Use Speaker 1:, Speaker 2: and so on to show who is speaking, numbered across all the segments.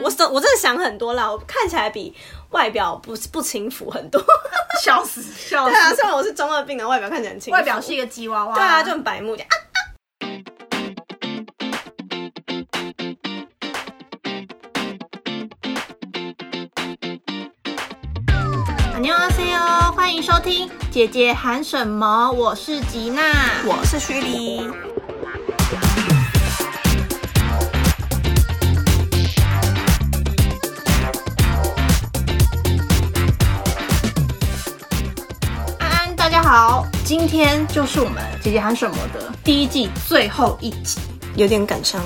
Speaker 1: 我真我真的想很多啦，我看起来比外表不不轻浮很多。
Speaker 2: 笑死，笑
Speaker 1: 对啊，
Speaker 2: 死。
Speaker 1: 虽然我哦是中二病啊，外表看起来很轻浮，
Speaker 2: 外表是一个吉娃娃，
Speaker 1: 对啊，就很白目这样啊。
Speaker 2: 안녕하세요，欢迎收听《姐姐喊什么》，我是吉娜。
Speaker 1: 我是徐黎，
Speaker 2: 安安，大家好，今天就是我们《姐姐喊什么》的第一季最后一 集，
Speaker 1: 有点感伤，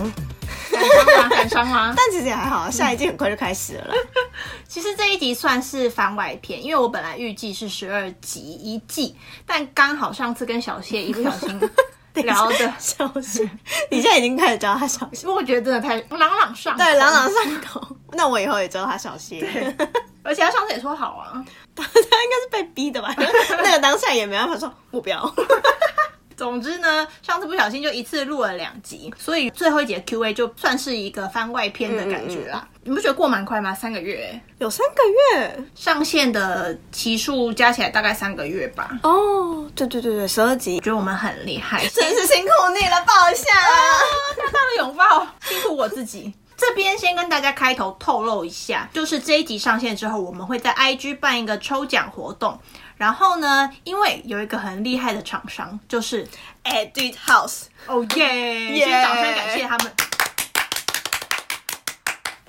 Speaker 2: 感伤吗？感伤吗？
Speaker 1: 但其实也还好，啊下一季很快就开始了啦。
Speaker 2: 其实这一集算是番外篇，因为我本来预计是十二集一季，但刚好上次跟小谢一不小 心聊的，
Speaker 1: 小心，你现在已经开始叫他小心，
Speaker 2: 因为我觉得真的太朗朗上口
Speaker 1: 对，朗朗上口。 那我以后也叫他小心。
Speaker 2: 而且他上次也说好啊，
Speaker 1: 他 他应该是被逼的吧？那个当下也没办法说我不 要。
Speaker 2: 总之呢，上次不小心就一次录了两集，所以最后一节 Q&A 就算是一个番外篇的感觉啦。你不觉得过蛮快吗？三个月
Speaker 1: 有三个月
Speaker 2: 上线的期数加起来大概三个月吧。
Speaker 1: 哦，对对对对，十二集
Speaker 2: 我，觉得我们很厉害，
Speaker 1: 真是辛苦你了，抱一啊下啦。
Speaker 2: 大大的拥抱，辛苦我自己。这边先跟大家开头透露一下，就是这一集上线之后，我们会在 IG 办一个抽奖活动。然后呢，因为有一个很厉害的厂商，就是
Speaker 1: Edit House，
Speaker 2: 哦耶！先掌声感谢他们。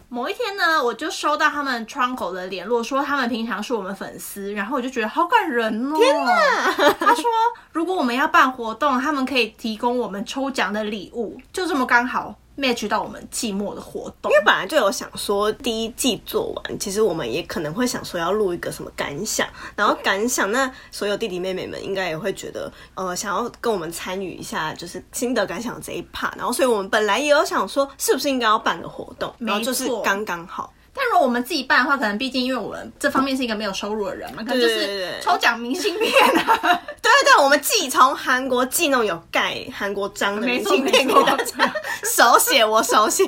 Speaker 2: 某一天呢，我就收到他们窗口的联络，说他们平常是我们粉丝，然后我就觉得好感人哦。天哪！他说如果我们要办活动，他们可以提供我们抽奖的礼物，就这么刚好 match 到我们季末的活动
Speaker 1: 因。为本来就有想说第一季做完，其实我们也可能会想说要录一个什么感想，然后感想那所有弟弟妹妹们应该也会觉得呃想要跟我们参与一下，就是心得感想这一 part，然后所以我们本来也有想说是不是应该要办个活动，然后就是
Speaker 2: 没错
Speaker 1: 刚刚好。
Speaker 2: 但如果我们自己办的话，可能毕竟因为我们这方面是一个没有收入的人嘛，可能就
Speaker 1: 对对对
Speaker 2: 是
Speaker 1: 对
Speaker 2: 抽奖明信片啊。
Speaker 1: 对对对，我们寄从韩国寄那种有盖韩国章的
Speaker 2: 没
Speaker 1: 明
Speaker 2: 错
Speaker 1: 信片给大家， 手写我手写，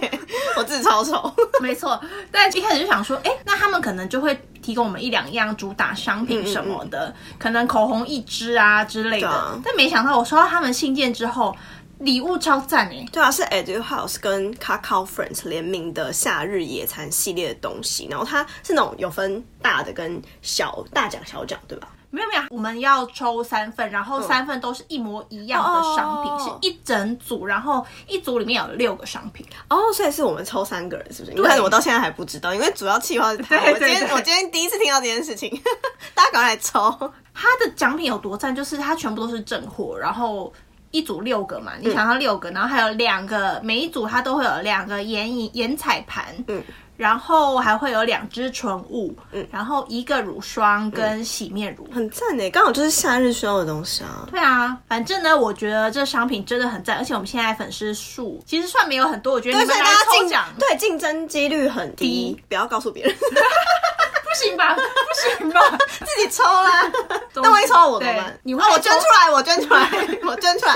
Speaker 1: 我自己抄手。
Speaker 2: 没错，但一开始就想说，哎、那他们可能就会提供我们一两样主打商品什么的，可能口红一支啊之类的。
Speaker 1: 嗯对啊
Speaker 2: 但没想到我收到他们信件之后，礼物超赞哎、
Speaker 1: 对啊，是 Edu House 跟 Kakao Friends 联名的夏日野餐系列的东西，然后它是那种有分大的跟小大奖小奖，对吧？
Speaker 2: 没有没有，我们要抽三份，然后三份都是一模一样的商
Speaker 1: 嗯
Speaker 2: 品，
Speaker 1: 哦
Speaker 2: 是一整组，然后一组里面有六个商品。
Speaker 1: 哦、所以是我们抽三个人，是不是？你看我到现在还不知道，因为主要计 划是他。
Speaker 2: 对对
Speaker 1: 我今
Speaker 2: 对
Speaker 1: 天我今天第一次听到这件事情， 大家赶快来抽。
Speaker 2: 它的奖品有多赞，就是它全部都是正货，然后一组六个嘛，你想要六个，然后还有两个，每一组它都会有两个眼影眼彩盘，嗯，然后还会有两支唇雾，嗯，然后一个乳霜跟洗面乳。
Speaker 1: 很赞呢，刚好就是夏日需要的东西啊。
Speaker 2: 对啊，反正呢，我觉得这商品真的很赞，而且我们现在粉丝数其实算没有很多，我觉得你
Speaker 1: 对，所
Speaker 2: 们
Speaker 1: 以
Speaker 2: 来
Speaker 1: 大家
Speaker 2: 抽
Speaker 1: 竞
Speaker 2: 奖，
Speaker 1: 对竞争几率很低，不要告诉 别人，
Speaker 2: 不行吧？不行吧？
Speaker 1: 自己抽啦。那万一抽到我怎么办
Speaker 2: 对？你会
Speaker 1: 啊我捐
Speaker 2: 抽
Speaker 1: 出来，我捐出来，我捐出来。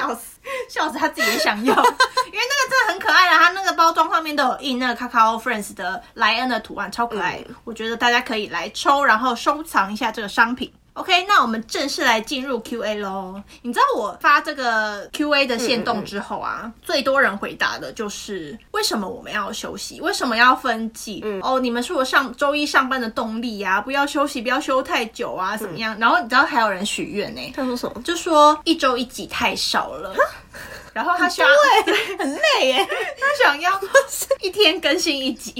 Speaker 2: 笑死，他自己也想要，因为那个真的很可爱啦，它那个包装上面都有印那个 Kakao Friends 的莱恩的图案，超可爱。我觉得大家可以来抽，然后收藏一下这个商品。OK，那我们正式来进入 Q&A 喽。你知道我发这个 Q&A 的线动之后啊，最多人回答的就是为什么我们要休息？为什么要分季？哦，你们是我上周一上班的动力呀、啊，不要休息，不要休太久啊，怎么样？然后你知道还有人许愿呢、
Speaker 1: 他说什么？
Speaker 2: 就说一周一集太少了，然后他想
Speaker 1: 对，很欸累耶。
Speaker 2: 他想要 一天更新一集，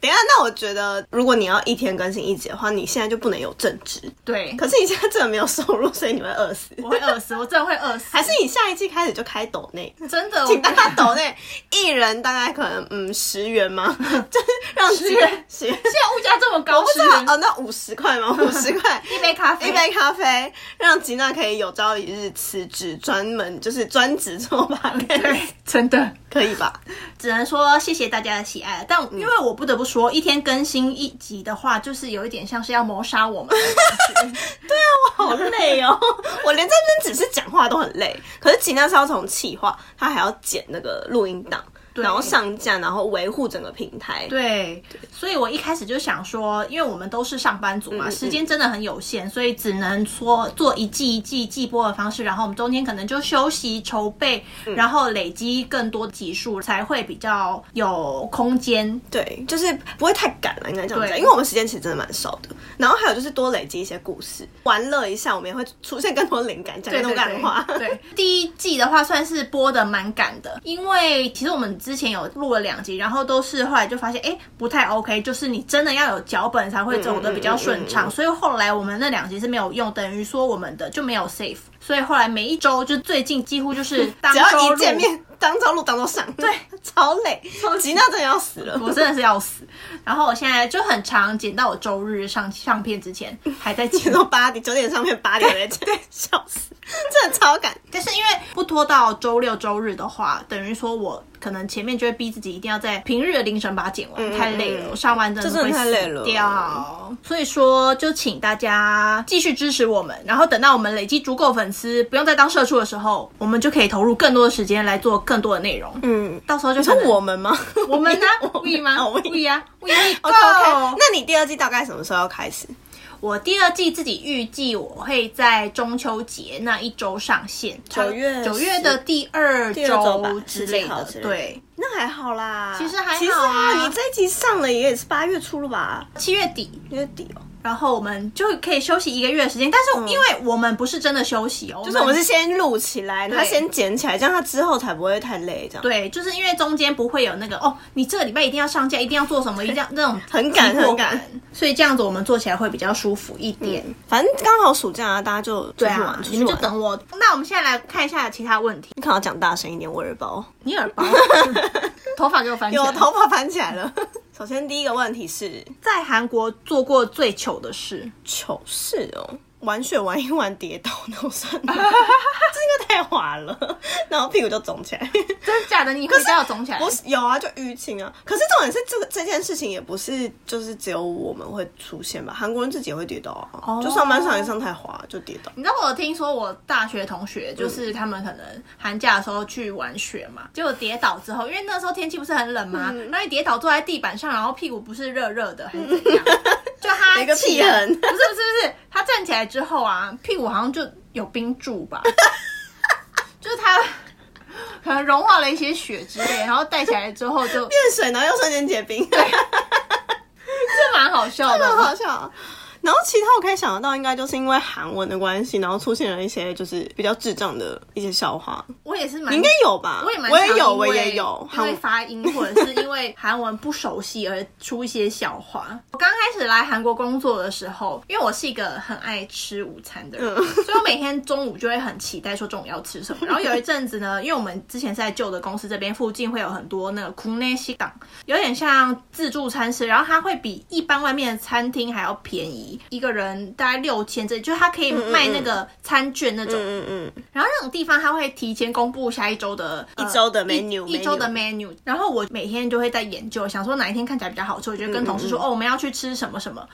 Speaker 1: 等一下，那我觉得，如果你要一天更新一集的话，你现在就不能有正职。
Speaker 2: 对，
Speaker 1: 可是你现在真的没有收入，所以你会饿死。
Speaker 2: 我会饿死，我真的会饿死，
Speaker 1: 还是你下一季开始就开抖内，
Speaker 2: 真的，
Speaker 1: 请大
Speaker 2: 我
Speaker 1: 家抖内，一人大概可能嗯十元 吗？就是让十
Speaker 2: 元
Speaker 1: 十元，
Speaker 2: 现在物价这么高，
Speaker 1: 不
Speaker 2: 是
Speaker 1: 知道哦，那五十块 吗？五十块
Speaker 2: 一杯咖啡，
Speaker 1: 一杯咖啡，让吉娜可以有朝一日辞职，专门就是专职做 吧，
Speaker 2: 对，真的。
Speaker 1: 可以吧？
Speaker 2: 只能说谢谢大家的喜爱，但
Speaker 1: 嗯
Speaker 2: 因为我不得不说，一天更新一集的话，就是有一点像是要谋杀我们的感觉。
Speaker 1: 好累哦！ 我连这边只是讲话都很累，可是吉娜是要从企划，她还要剪那个录音档，然后上架，然后维护整个平台。
Speaker 2: 对，所以我一开始就想说，因为我们都是上班族嘛，
Speaker 1: 嗯
Speaker 2: 时间真的很有限，所以只能说做一季一季季播的方式，然后我们中间可能就休息筹备，
Speaker 1: 嗯
Speaker 2: 然后累积更多集数，才会比较有空间。
Speaker 1: 对，就是不会太赶了，应该这样
Speaker 2: 对
Speaker 1: 讲，因为我们时间其实真的蛮少的。然后还有就是多累积一些故事，玩乐一下，我们也会出现更多灵感，讲更多干 话。
Speaker 2: 对，对第一季的话算是播的蛮赶的，因为其实我们之前有录了两集，然后都是后来就发现，哎，不太 OK，就是你真的要有脚本才会走的比较顺
Speaker 1: 嗯嗯
Speaker 2: 畅，
Speaker 1: 嗯嗯
Speaker 2: 所以后来我们那两集是没有用，等于说我们的就没有 save，所以后来每一周就最近几乎就是当
Speaker 1: 只
Speaker 2: 周
Speaker 1: 要一
Speaker 2: 录
Speaker 1: 见。面，当周录当周上，对，超累，急到真的要死 了。
Speaker 2: 我真的是要死，然后我现在就很常剪到我周日上上片之前还在剪
Speaker 1: 剪，到八点，九点上面八点来剪， 笑死，真的超赶。
Speaker 2: 但是因为不拖到周六周日的话，等于说我可能前面就会逼自己一定要在平日的凌晨把它剪完，太累
Speaker 1: 嗯
Speaker 2: 了，我上完真的
Speaker 1: 这真
Speaker 2: 会
Speaker 1: 的太累
Speaker 2: 死
Speaker 1: 了
Speaker 2: 掉。所以说，就请大家继续支持我们，然后等到我们累积足够粉丝，不用再当社畜的时候，我们就可以投入更多的时间来做更多的内容。
Speaker 1: 嗯，
Speaker 2: 到时候就
Speaker 1: 你说
Speaker 2: 可能
Speaker 1: 我们吗？
Speaker 2: 我们呢
Speaker 1: 我
Speaker 2: ？we 吗哦
Speaker 1: 哦，we
Speaker 2: ？we 呀，we go。
Speaker 1: OK OK，那你第二季大概什么时候要开始？
Speaker 2: 我第二季自己预计我会在中秋节那一周上线，呃
Speaker 1: 九月
Speaker 2: 九月的第二
Speaker 1: 第二周吧
Speaker 2: 周之类
Speaker 1: 十几号
Speaker 2: 的
Speaker 1: 之，类的
Speaker 2: 对，
Speaker 1: 那还好啦，
Speaker 2: 其实还好啊
Speaker 1: 其实还好你这一集上了也是八月初了吧？
Speaker 2: 七月底。
Speaker 1: 月底哦，
Speaker 2: 然后我们就可以休息一个月的时间，但是因为我们不是真的休息哦，
Speaker 1: 嗯就是我们是先录起来，
Speaker 2: 对
Speaker 1: 他先剪起来，这样他之后才不会太累，这样。
Speaker 2: 对，就是因为中间不会有那个哦，你这个礼拜一定要上架，一定要做什么，一定要那种
Speaker 1: 很赶
Speaker 2: 紧迫
Speaker 1: 很赶，
Speaker 2: 所以这样子我们做起来会比较舒服一点。
Speaker 1: 嗯，反正刚好暑假啊，大家就出
Speaker 2: 对
Speaker 1: 去
Speaker 2: 啊
Speaker 1: 玩，，出
Speaker 2: 你
Speaker 1: 去
Speaker 2: 们就
Speaker 1: 玩。
Speaker 2: 等我。那我们现在来看一下其他问题。
Speaker 1: 你可能要讲大声一点，我耳包。
Speaker 2: 你耳 包，头发给我翻起来。
Speaker 1: 有头发盘起来了。 首先第一个问题是
Speaker 2: 在韩国做过最糗的事，
Speaker 1: 糗事哦，玩雪玩一玩跌倒，那我算 吗？这应该太滑了，然后屁股就肿起 来。
Speaker 2: 真的假的？你回家要肿起来？
Speaker 1: 不是有啊，就淤青啊。可是重点是这个这件事情也不是就是只有我们会出现吧，韩国人自己也会跌倒啊，
Speaker 2: 哦
Speaker 1: 就上班上一上太滑就跌倒。
Speaker 2: 你知道我有听说我大学同学，就是他们可能寒假的时候去玩雪嘛，结果跌倒之后，因为那时候天气不是很冷嘛，然后你跌倒坐在地板上，然后屁股不是热热的还是怎 样？就他
Speaker 1: 一个
Speaker 2: 起
Speaker 1: 屁
Speaker 2: 来
Speaker 1: 痕
Speaker 2: 不是不是不是，他站起来之后啊，屁股好像就有 冰柱吧，就是他可能融化了一些雪之类，然后戴起来之 后就
Speaker 1: 变水然后又瞬间结冰，真
Speaker 2: 这蛮好笑
Speaker 1: 的
Speaker 2: 的，
Speaker 1: 很 好笑啊。然后其他我可以想得到，应该就是因为韩文的关系，然后出现了一些就是比较智障的一些笑话，
Speaker 2: 我也是蛮
Speaker 1: 应该有吧？
Speaker 2: 我也蛮
Speaker 1: 啊我
Speaker 2: 常
Speaker 1: 也有，
Speaker 2: 因
Speaker 1: 我
Speaker 2: 为
Speaker 1: 也有。
Speaker 2: 因
Speaker 1: 韩
Speaker 2: 为发音或者是因 为韩文不熟悉而出一些笑话。我刚开始来韩国工作的时候，因为我是一个很爱吃午餐的
Speaker 1: 嗯
Speaker 2: 人，所以我每天中午就会很期待说中午要 吃什么。然后有一阵子呢，因为我们之前是在旧的公司这边附近会有很多那个 k u n e s i 档，有点像自助餐吃，然后它会比一般外面的餐厅还要便宜，一个人大概六千这，就是它可以卖那个餐券那种。
Speaker 1: 嗯嗯嗯，
Speaker 2: 然后那种地方它会提前公布下一周的、呃
Speaker 1: 一周的 menu，
Speaker 2: 一
Speaker 1: menu
Speaker 2: 周的 menu。然后我每天就会在研究，想说哪一天看起来比较好吃，我就跟同
Speaker 1: 嗯
Speaker 2: 事说、哦，我们要去吃什么什么。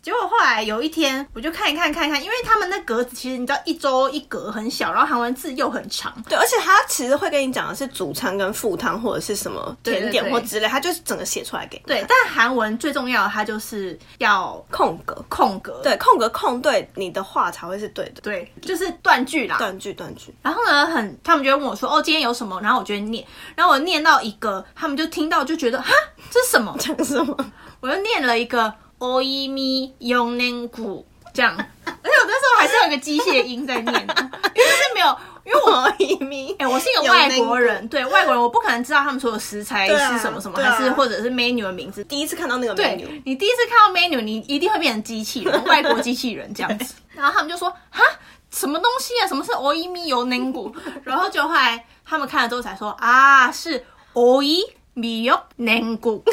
Speaker 2: 结果后来有一天，我就看一看看一看，因为他们那格子其实你知道一周一格很小，然后韩文字又很长，
Speaker 1: 对，而且他其实会跟你讲的是主餐跟副汤或者是什么
Speaker 2: 对
Speaker 1: 甜点
Speaker 2: 对对
Speaker 1: 或之类，他就是整个写出来给你
Speaker 2: 对。但韩文最重要的它就是要
Speaker 1: 空格，
Speaker 2: 空格，
Speaker 1: 对，空格空对你的话才会是对的，
Speaker 2: 对，就是断句啦。
Speaker 1: 断句断句，
Speaker 2: 然后呢，很他们就会问我说：“哦，今天有什么？”然后我就会念，然后我念到一个，他们就听到就觉得哈，这是什么？
Speaker 1: 讲什么？
Speaker 2: 我就念了一个 o i m i y o n e n g u 这样，而且我那时候还是有一个机械音在念的，啊因为就是没有，因为我。
Speaker 1: 我移民，
Speaker 2: 哎、我是一个
Speaker 1: 有
Speaker 2: 外
Speaker 1: Nengu
Speaker 2: 国人，对外国人，我不可能知道他们所有食材
Speaker 1: 对啊
Speaker 2: 是什么什么，
Speaker 1: 对啊
Speaker 2: 还是或者是 menu 的名字。
Speaker 1: 第一次看到那个
Speaker 2: 对
Speaker 1: menu，
Speaker 2: 你第一次看到 menu，你一定会变成机器人，外国机器人这样子。 然后他们就说：“哈，什么东西啊？什么是 o i m i y o n e n g u 然后就后来他们看了之后才说：“啊，是 o i m i y o n e n g u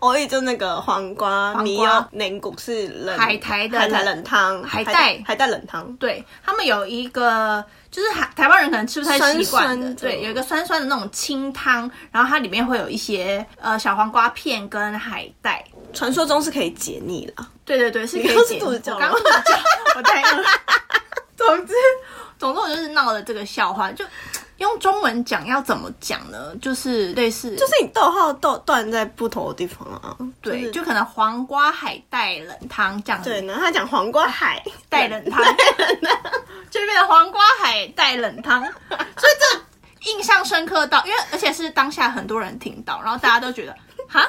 Speaker 1: 我也就那个黄瓜
Speaker 2: 瓜
Speaker 1: 米油냉谷是冷
Speaker 2: 海苔的
Speaker 1: 海
Speaker 2: 冷
Speaker 1: 苔冷汤，
Speaker 2: 海带
Speaker 1: 海带冷汤，
Speaker 2: 对他们有一个，就是台台湾人可能吃不太
Speaker 1: 酸
Speaker 2: 习惯
Speaker 1: 酸
Speaker 2: 的，
Speaker 1: 的
Speaker 2: 对，有一个酸酸的那种清汤，然后它里面会有一些呃小黄瓜片跟海带。
Speaker 1: 传说中是可以解腻的啊，
Speaker 2: 对对对，是可
Speaker 1: 你刚
Speaker 2: 以
Speaker 1: 刚是
Speaker 2: 解。
Speaker 1: 肚子叫
Speaker 2: 我
Speaker 1: 吗
Speaker 2: 刚刚肚子叫，我太饿了。总之，总之我就是闹了这个笑话，就用中文讲要怎么讲呢？就是类似，
Speaker 1: 就是你逗号逗断在不同的地方啊。
Speaker 2: 对，
Speaker 1: 就
Speaker 2: 就可能黄瓜海带冷汤这样子，
Speaker 1: 对，然后他讲黄瓜海，
Speaker 2: 带冷汤，就变成黄瓜海带冷 汤，所以这印象深刻到，因为而且是当下很多人听到，然后大家都觉得哈。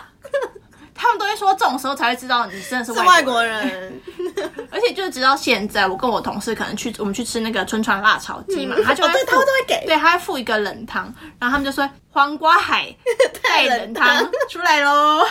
Speaker 2: 他们都会说，这种时候才会知道你真的是
Speaker 1: 是外
Speaker 2: 外国
Speaker 1: 国
Speaker 2: 人，
Speaker 1: 人，
Speaker 2: 而且就是直到现在，我跟我同事可能去我们去吃那个春川辣炒鸡嘛，他 就
Speaker 1: 哦
Speaker 2: 会
Speaker 1: 对，
Speaker 2: 附
Speaker 1: 他们都会 给，
Speaker 2: 对，他会附一个冷汤，然后他们就说黄瓜海啊 带冷汤出来 喽，
Speaker 1: 我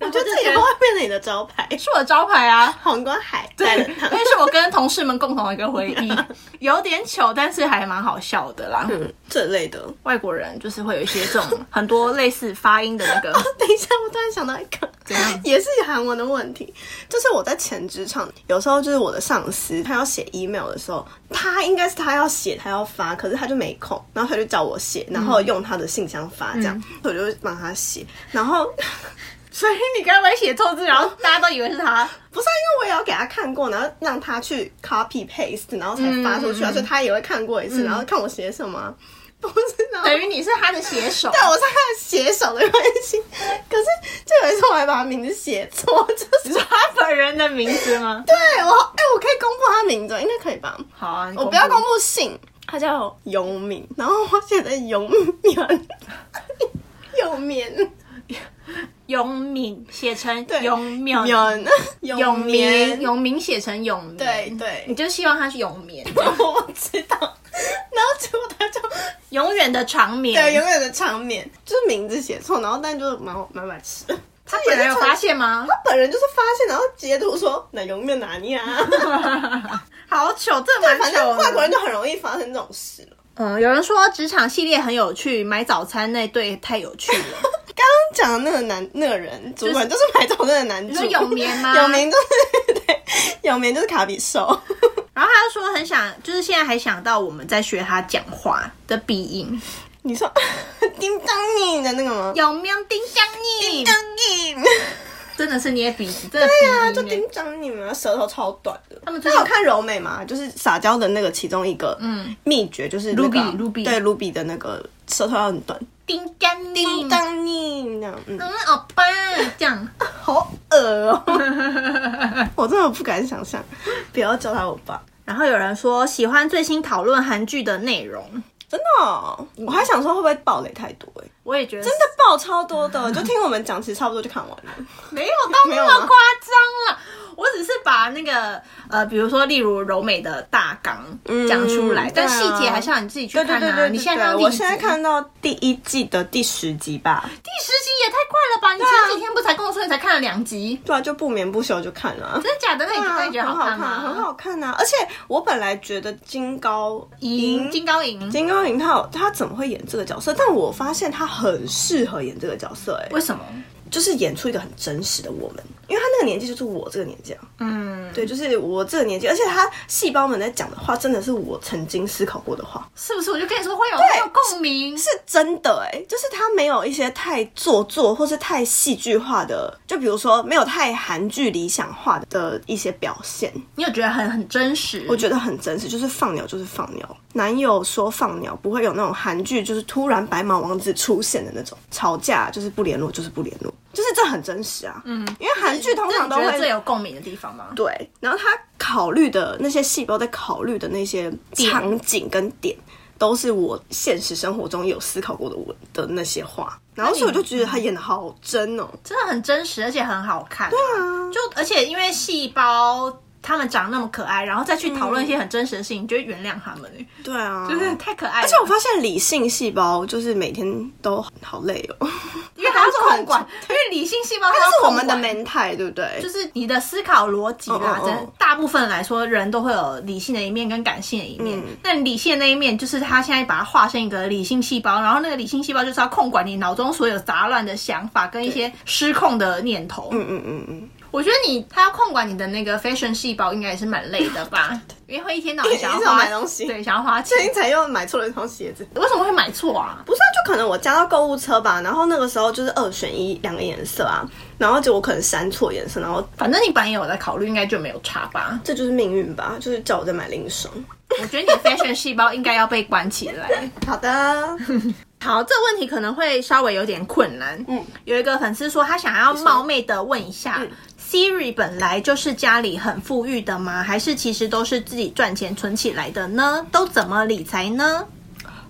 Speaker 2: 我
Speaker 1: 觉得这以后会变成你的招牌，
Speaker 2: 是我的招牌啊。
Speaker 1: 黄瓜海带
Speaker 2: 对，
Speaker 1: 冷
Speaker 2: 因
Speaker 1: 汤。
Speaker 2: 为是我跟同事们共同的一个回忆，有点糗，但是还蛮好笑的啦。
Speaker 1: 嗯，这类的。
Speaker 2: 外国人就是会有一些这种很多类似发音的那个，
Speaker 1: 等一下，我突然想到一个
Speaker 2: 怎样，
Speaker 1: 也是韩文的问题，就是我在前职场，有时候就是我的上司，他要写 email 的时候，他应该是他要写，他要发，可是他就没空，然后他就叫我写，然后用他的信箱发，这
Speaker 2: 嗯
Speaker 1: 样、我就帮他写，然后
Speaker 2: 所以你刚才写错字，然后大家都以为是他。
Speaker 1: 不是啊，因为我也要给他看过，然后让他去 copy paste，然后才发出去啊，
Speaker 2: 嗯嗯嗯嗯
Speaker 1: 所以他也会看过一次，然后看我写什么啊， 不知道。
Speaker 2: 等于你是他的写 手，
Speaker 1: 对，我是他的写手的关系， 可是就有一次我还把他名字写错，就是
Speaker 2: 是他本人的名字吗？
Speaker 1: 对我，哎、我可以公布他名字，应该可以吧？
Speaker 2: 好啊，你
Speaker 1: 我不要公
Speaker 2: 布，
Speaker 1: 布姓，他叫永敏，然后我写的永 眠， 永眠，
Speaker 2: 永敏写成
Speaker 1: 对
Speaker 2: 永敏，
Speaker 1: 眠，
Speaker 2: 永
Speaker 1: 眠
Speaker 2: 明，，永明写成永明，
Speaker 1: 对
Speaker 2: 你
Speaker 1: 对，
Speaker 2: 就希望他是永眠，
Speaker 1: 我不知道。然后结果他就
Speaker 2: 永远的长眠。
Speaker 1: 对永远的长眠，就是名字写错，然后但就是蛮好蛮白痴的。他
Speaker 2: 本人有发，现吗？
Speaker 1: 他本人就是发现，然后截图说那永远哪里啊？
Speaker 2: 好糗，这蛮
Speaker 1: 反正
Speaker 2: 糗
Speaker 1: 外国
Speaker 2: 的。
Speaker 1: 人就很容易发生这种事了。
Speaker 2: 嗯，有人说职场系列很有趣，买早餐那对太有趣了。
Speaker 1: 刚刚讲的那个男那个人主管就是买早餐的男主，
Speaker 2: 你说永眠吗
Speaker 1: 永眠就是对，永眠就是卡比兽，
Speaker 2: 然后他就说很想，就是现在还想到我们在学他讲话的鼻音，
Speaker 1: 你说叮当你的那个吗？
Speaker 2: 有没有叮当你？
Speaker 1: 你，
Speaker 2: 真的是捏鼻子，真的对
Speaker 1: 对啊，就叮当你嘛，舌头超短的。
Speaker 2: 他们最
Speaker 1: 那
Speaker 2: 近
Speaker 1: 有看柔美吗？就是撒娇的那个其中一个，嗯，秘诀就是那个
Speaker 2: Ruby- Ruby
Speaker 1: 对 Ruby 的那个舌头要很短，
Speaker 2: 叮当你，
Speaker 1: 叮当你那样，嗯，
Speaker 2: 嗯，欧巴这样。
Speaker 1: 好恶哦、我真的不敢想象，不要叫他欧巴，
Speaker 2: 然后有人说喜欢最新讨论韩剧的内容，
Speaker 1: 真的哦、我还想说会不会暴雷太多哎、
Speaker 2: 我也觉得
Speaker 1: 真的爆超多的，就听我们讲，其实差不多就看完了。
Speaker 2: 没有到那
Speaker 1: 没有
Speaker 2: 么
Speaker 1: 吗
Speaker 2: 夸张啦，我只是把那个呃，比如说例如柔美的大纲讲出来，
Speaker 1: 嗯对
Speaker 2: 但
Speaker 1: 啊
Speaker 2: 细节还是要你自己去看啊。你现在看到
Speaker 1: 我
Speaker 2: 第几集
Speaker 1: 现在看到第一季的第十集吧。
Speaker 2: 第十集也太快了吧？你前几天不才跟我说你才看了两集？
Speaker 1: 对啊，就不眠不休就看了啊。
Speaker 2: 真的 假的？那你
Speaker 1: 对啊
Speaker 2: 那你觉得
Speaker 1: 很
Speaker 2: 好
Speaker 1: 好
Speaker 2: 看吗？
Speaker 1: 很好看啊！而且我本来觉得金高
Speaker 2: 赢金高银，
Speaker 1: 金高银他有他怎么会演这个角色？但我发现他很适合演这个角色、欸，哎，
Speaker 2: 为什么？
Speaker 1: 就是演出一个很真实的我们，因为他那个年纪就是我这个年纪啊。
Speaker 2: 嗯，
Speaker 1: 对，就是我这个年纪，而且他细胞们在讲的话，真的是我曾经思考过的话。
Speaker 2: 是不是？我就跟你说会有会有共鸣。
Speaker 1: 是真的哎、就是他没有一些太做作或是太戏剧化的，就比如说没有太韩剧理想化的一些表现，
Speaker 2: 你有觉得很很真实？
Speaker 1: 我觉得很真实，就是放鸟就是放鸟。男友说放鸟不会有那种韩剧就是突然白马王子出现的那种吵架，就是不联络就是不联络，就是这很真实啊。嗯，因为韩剧通常都
Speaker 2: 那你觉得最
Speaker 1: 会。
Speaker 2: 有共鸣的地方吗？
Speaker 1: 对，然后他考虑的那些细胞在考虑的那些
Speaker 2: 点
Speaker 1: 场景跟点，都是我现实生活中有思考过的我的那些话，然后所以我就
Speaker 2: 嗯
Speaker 1: 觉得他演的好真 哦，
Speaker 2: 真的很真实，而且很好看。对啊，就而且因为细胞他们长那么可爱，然后再去讨论一
Speaker 1: 嗯
Speaker 2: 些很真实的事情，你就会原谅他们、欸，
Speaker 1: 对啊，
Speaker 2: 就是太可爱了。
Speaker 1: 而且我发现理性细胞就是每天都好累哦，
Speaker 2: 因为还要
Speaker 1: 他们
Speaker 2: 控
Speaker 1: 很
Speaker 2: 管，因为理性细胞它
Speaker 1: 但
Speaker 2: 要
Speaker 1: 是我
Speaker 2: 控
Speaker 1: 们的
Speaker 2: 管。
Speaker 1: mental 对不对？
Speaker 2: 就是你的思考逻辑啦
Speaker 1: 嗯嗯，嗯
Speaker 2: 真的大部分来说，人都会有理性的一面跟感性的一面。
Speaker 1: 嗯
Speaker 2: 那理性的那一面，就是他现在把它化身一个理性细胞，然后那个理性细胞就是要控管你脑中所有杂乱的想法跟一些失控的念头。
Speaker 1: 嗯嗯嗯嗯，
Speaker 2: 我觉得你他要控管你的那个 fashion 细胞，应该也是蛮累的 吧？因为会一天到晚想
Speaker 1: 一直
Speaker 2: 要花
Speaker 1: 买东西
Speaker 2: 对，想要花钱
Speaker 1: 最。近才又买错了一双鞋子。
Speaker 2: 为什么会买错啊？
Speaker 1: 不是、啊，就可能我加到购物车吧，然后那个时候就是二选一两个颜色啊，然后结果可能删错颜色，然后
Speaker 2: 反正你本来也有在考虑，应该就没有差吧？
Speaker 1: 这就是命运吧，就是叫我再买另一双。
Speaker 2: 我觉得你的 fashion 细胞应该要被关起来。
Speaker 1: 好的，
Speaker 2: 好，这个问题可能会稍微有点困难。嗯，有一个粉丝说他想要冒昧的问一下、
Speaker 1: 嗯
Speaker 2: s i r i 本来就是家里很富裕的吗？还是其实都是自己赚钱存起来的呢？都怎么理财呢？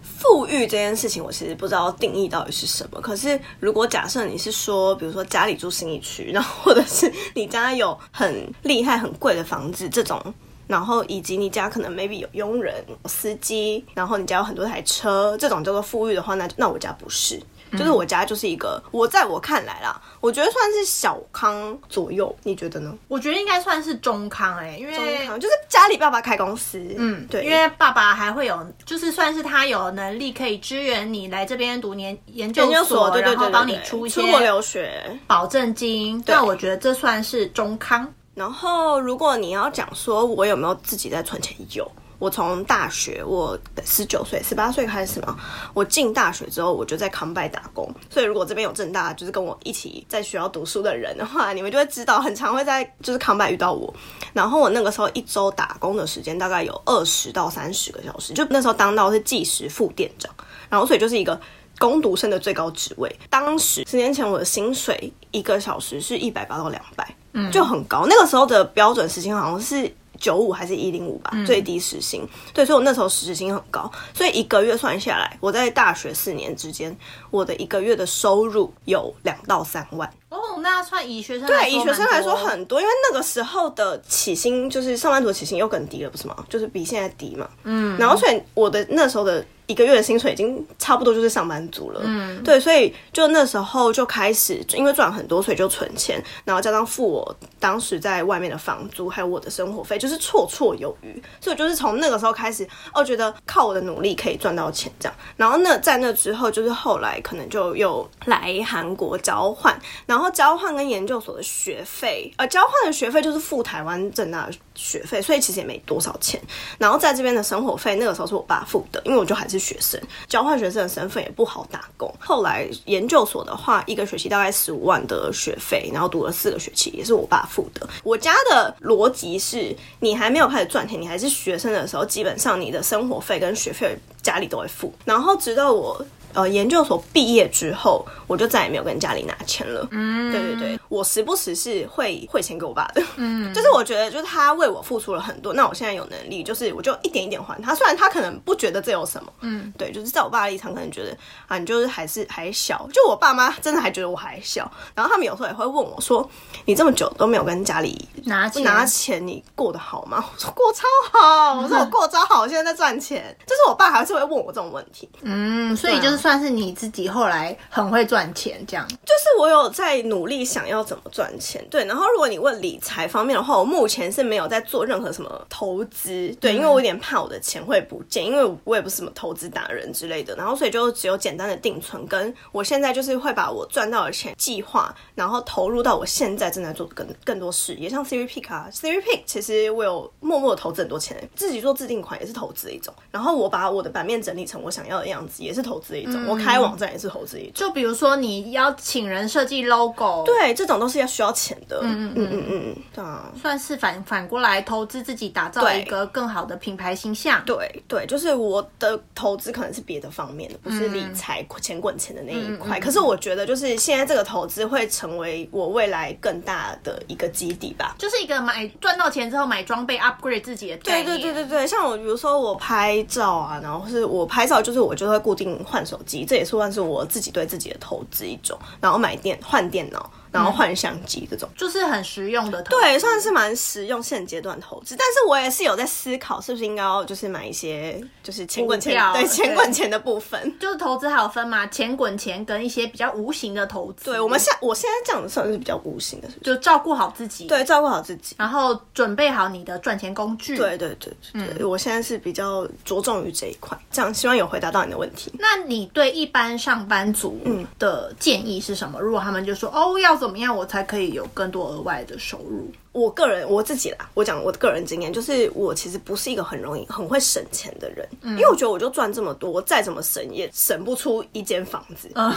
Speaker 1: 富裕这件事情，我其实不知道定义到底是什么。可是，如果假设你是说，比如说家里住新一区，然后或者是你家有很厉害、很贵的房子这种，然后以及你家可能 maybe 有佣人、有司机，然后你家有很多台车，这种叫做富裕的话，那那我家不是。就是我家就是一个，我在我看来啦，我觉得算是小康左右，你觉得呢？
Speaker 2: 我觉得应该算是中康哎、因为
Speaker 1: 中康就是家里爸爸开公司，
Speaker 2: 嗯，
Speaker 1: 对，
Speaker 2: 因为爸爸还会有，就是算是他有能力可以支援你来这边读研研究
Speaker 1: 研究所对对
Speaker 2: 然
Speaker 1: 对
Speaker 2: 后
Speaker 1: 对
Speaker 2: 帮你
Speaker 1: 对
Speaker 2: 出一些
Speaker 1: 出国留学，
Speaker 2: 保证金。那我觉得这算是中康。
Speaker 1: 然后，如果你要讲说我有没有自己在存钱，有。我从大学，我十九岁、十八岁开始嘛，我进大学之后，我就在康拜打工。所以，如果这边有正大，就是跟我一起在学校读书的人的话，你们就会知道，很常会在就是康拜遇到我。然后我那个时候一周打工的时间大概有二十到三十个小时，就那时候当到是计时副店长，然后所以就是一个工读生的最高职位。当时十年前我的薪水一个小时是一百八到两百，就很高。那个时候的标准时薪好像是九五还是一零五吧，最低时薪。对，所以我那时候时薪很高，所以一个月算下来，我在大学四年之间，我的一个月的收入有两到三万。
Speaker 2: 哦，那算以学生
Speaker 1: 对，以学生来说
Speaker 2: 蛮多
Speaker 1: 很多，因为那个时候的起薪就是上班族起薪又更低了，不是吗？就是比现在低嘛。嗯，然后所以我的那时候的一个月的薪水已经差不多就是上班族了。嗯，对，所以就那时候就开始，因为赚很多，所以就存钱，然后加上付我当时在外面的房租，还有我的生活费，就是绰绰有余。所以我就是从那个时候开始，哦，觉得靠我的努力可以赚到钱这样。然后那在那之后，就是后来可能就又来韩国交换，然后交换跟研究所的学费，呃，交换的学费就是付台湾正大的学费，所以其实也没多少钱。然后在这边的生活费，那个时候是我爸付的，因为我就还是学生，交换学生的身份也不好打工。后来研究所的话，一个学期大概十五万的学费，然后读了四个学期，也是我爸付的。我家的逻辑是，你还没有开始赚钱，你还是学生的时候，基本上你的生活费跟学费家里都会付。然后直到我呃研究所毕业之后，我就再也没有跟家里拿钱了。嗯，对对对，我时不时是会汇钱给我爸的。嗯， 就是我觉得就是他为我付出了很多，那我现在有能力，就是我就一点一点还他。虽然他可能不觉得这有什么，嗯，对，就是在我爸的立场可能觉得啊，你就是还是还小，就我爸妈真的还觉得我还小，然后他们有时候也会问我说，你这么久都没有跟家里
Speaker 2: 拿钱
Speaker 1: 拿钱你过得好吗？我说过超好，我说我过超好，我现在在赚钱。就是我爸还是会问我这种问题，
Speaker 2: 嗯，
Speaker 1: 啊
Speaker 2: 所以就是算是你自己后来很会赚钱这样。
Speaker 1: 就是我有在努力想要怎么赚钱，对。然后如果你问理财方面的话，我目前是没有在做任何什么投资，对，因为我有点怕我的钱会不见，因为我也不是什么投资达人之类的。然后所以就只有简单的定存，跟我现在就是会把我赚到的钱计划，然后投入到我现在正在做的更更多事业，像 Siri Pick 啊，Siri Pick 其实我有默默的投资很多钱，自己做自定款也是投资的一种。然后我把我的版面整理成我想要的样子，也是投资的一种。我开网站也是投资的一种。
Speaker 2: 就比如说你要请人设计 logo，，
Speaker 1: 对，这种都是要需要钱的。嗯嗯嗯嗯嗯，对啊。
Speaker 2: 算是反反过来投资自己，打造
Speaker 1: 对
Speaker 2: 一个更好的品牌形象。
Speaker 1: 对对，就是我的投资可能是别的方面的，不是理财钱滚钱的那一块。可是我觉得，就是现在这个投资会成为我未来更大的一个基底吧。
Speaker 2: 就是一个买赚到钱之后买装备 upgrade 自己的概
Speaker 1: 对
Speaker 2: 念。
Speaker 1: 对对对对，像我比如说我拍照啊，然后是我拍照就是我就会固定换手机，这也算是我自己对自己的投资一种。然后买电换电脑，然后换相机这种。
Speaker 2: 就是很实用的投资。
Speaker 1: 对，算是蛮实用现阶段投资，但是我也是有在思考，是不是应该要就是买一些就是钱滚钱
Speaker 2: 股票
Speaker 1: 对
Speaker 2: 对
Speaker 1: 钱滚钱的部分。
Speaker 2: 就是投资还有分嘛，钱滚钱跟一些比较无形的投资。
Speaker 1: 对我们现我现在这样子算是比较无形的，是不是？
Speaker 2: 就照顾好自己，，
Speaker 1: 对，照顾好自己。
Speaker 2: 然后准备好你的赚钱工具。
Speaker 1: 对对对对，
Speaker 2: 嗯
Speaker 1: 对我现在是比较着重于这一块，这样希望有回答到你的问题。
Speaker 2: 那你对一般上班族的建议是什么？如果他们就说哦，要怎么样我才可以有更多额外的收入？
Speaker 1: 我个人我自己啦，我讲我的个人经验，就是我其实不是一个很容易很会省钱的人，
Speaker 2: 嗯
Speaker 1: 因为我觉得我就赚这么多，我再怎么省也省不出一间房
Speaker 2: 嗯
Speaker 1: 子。对啊，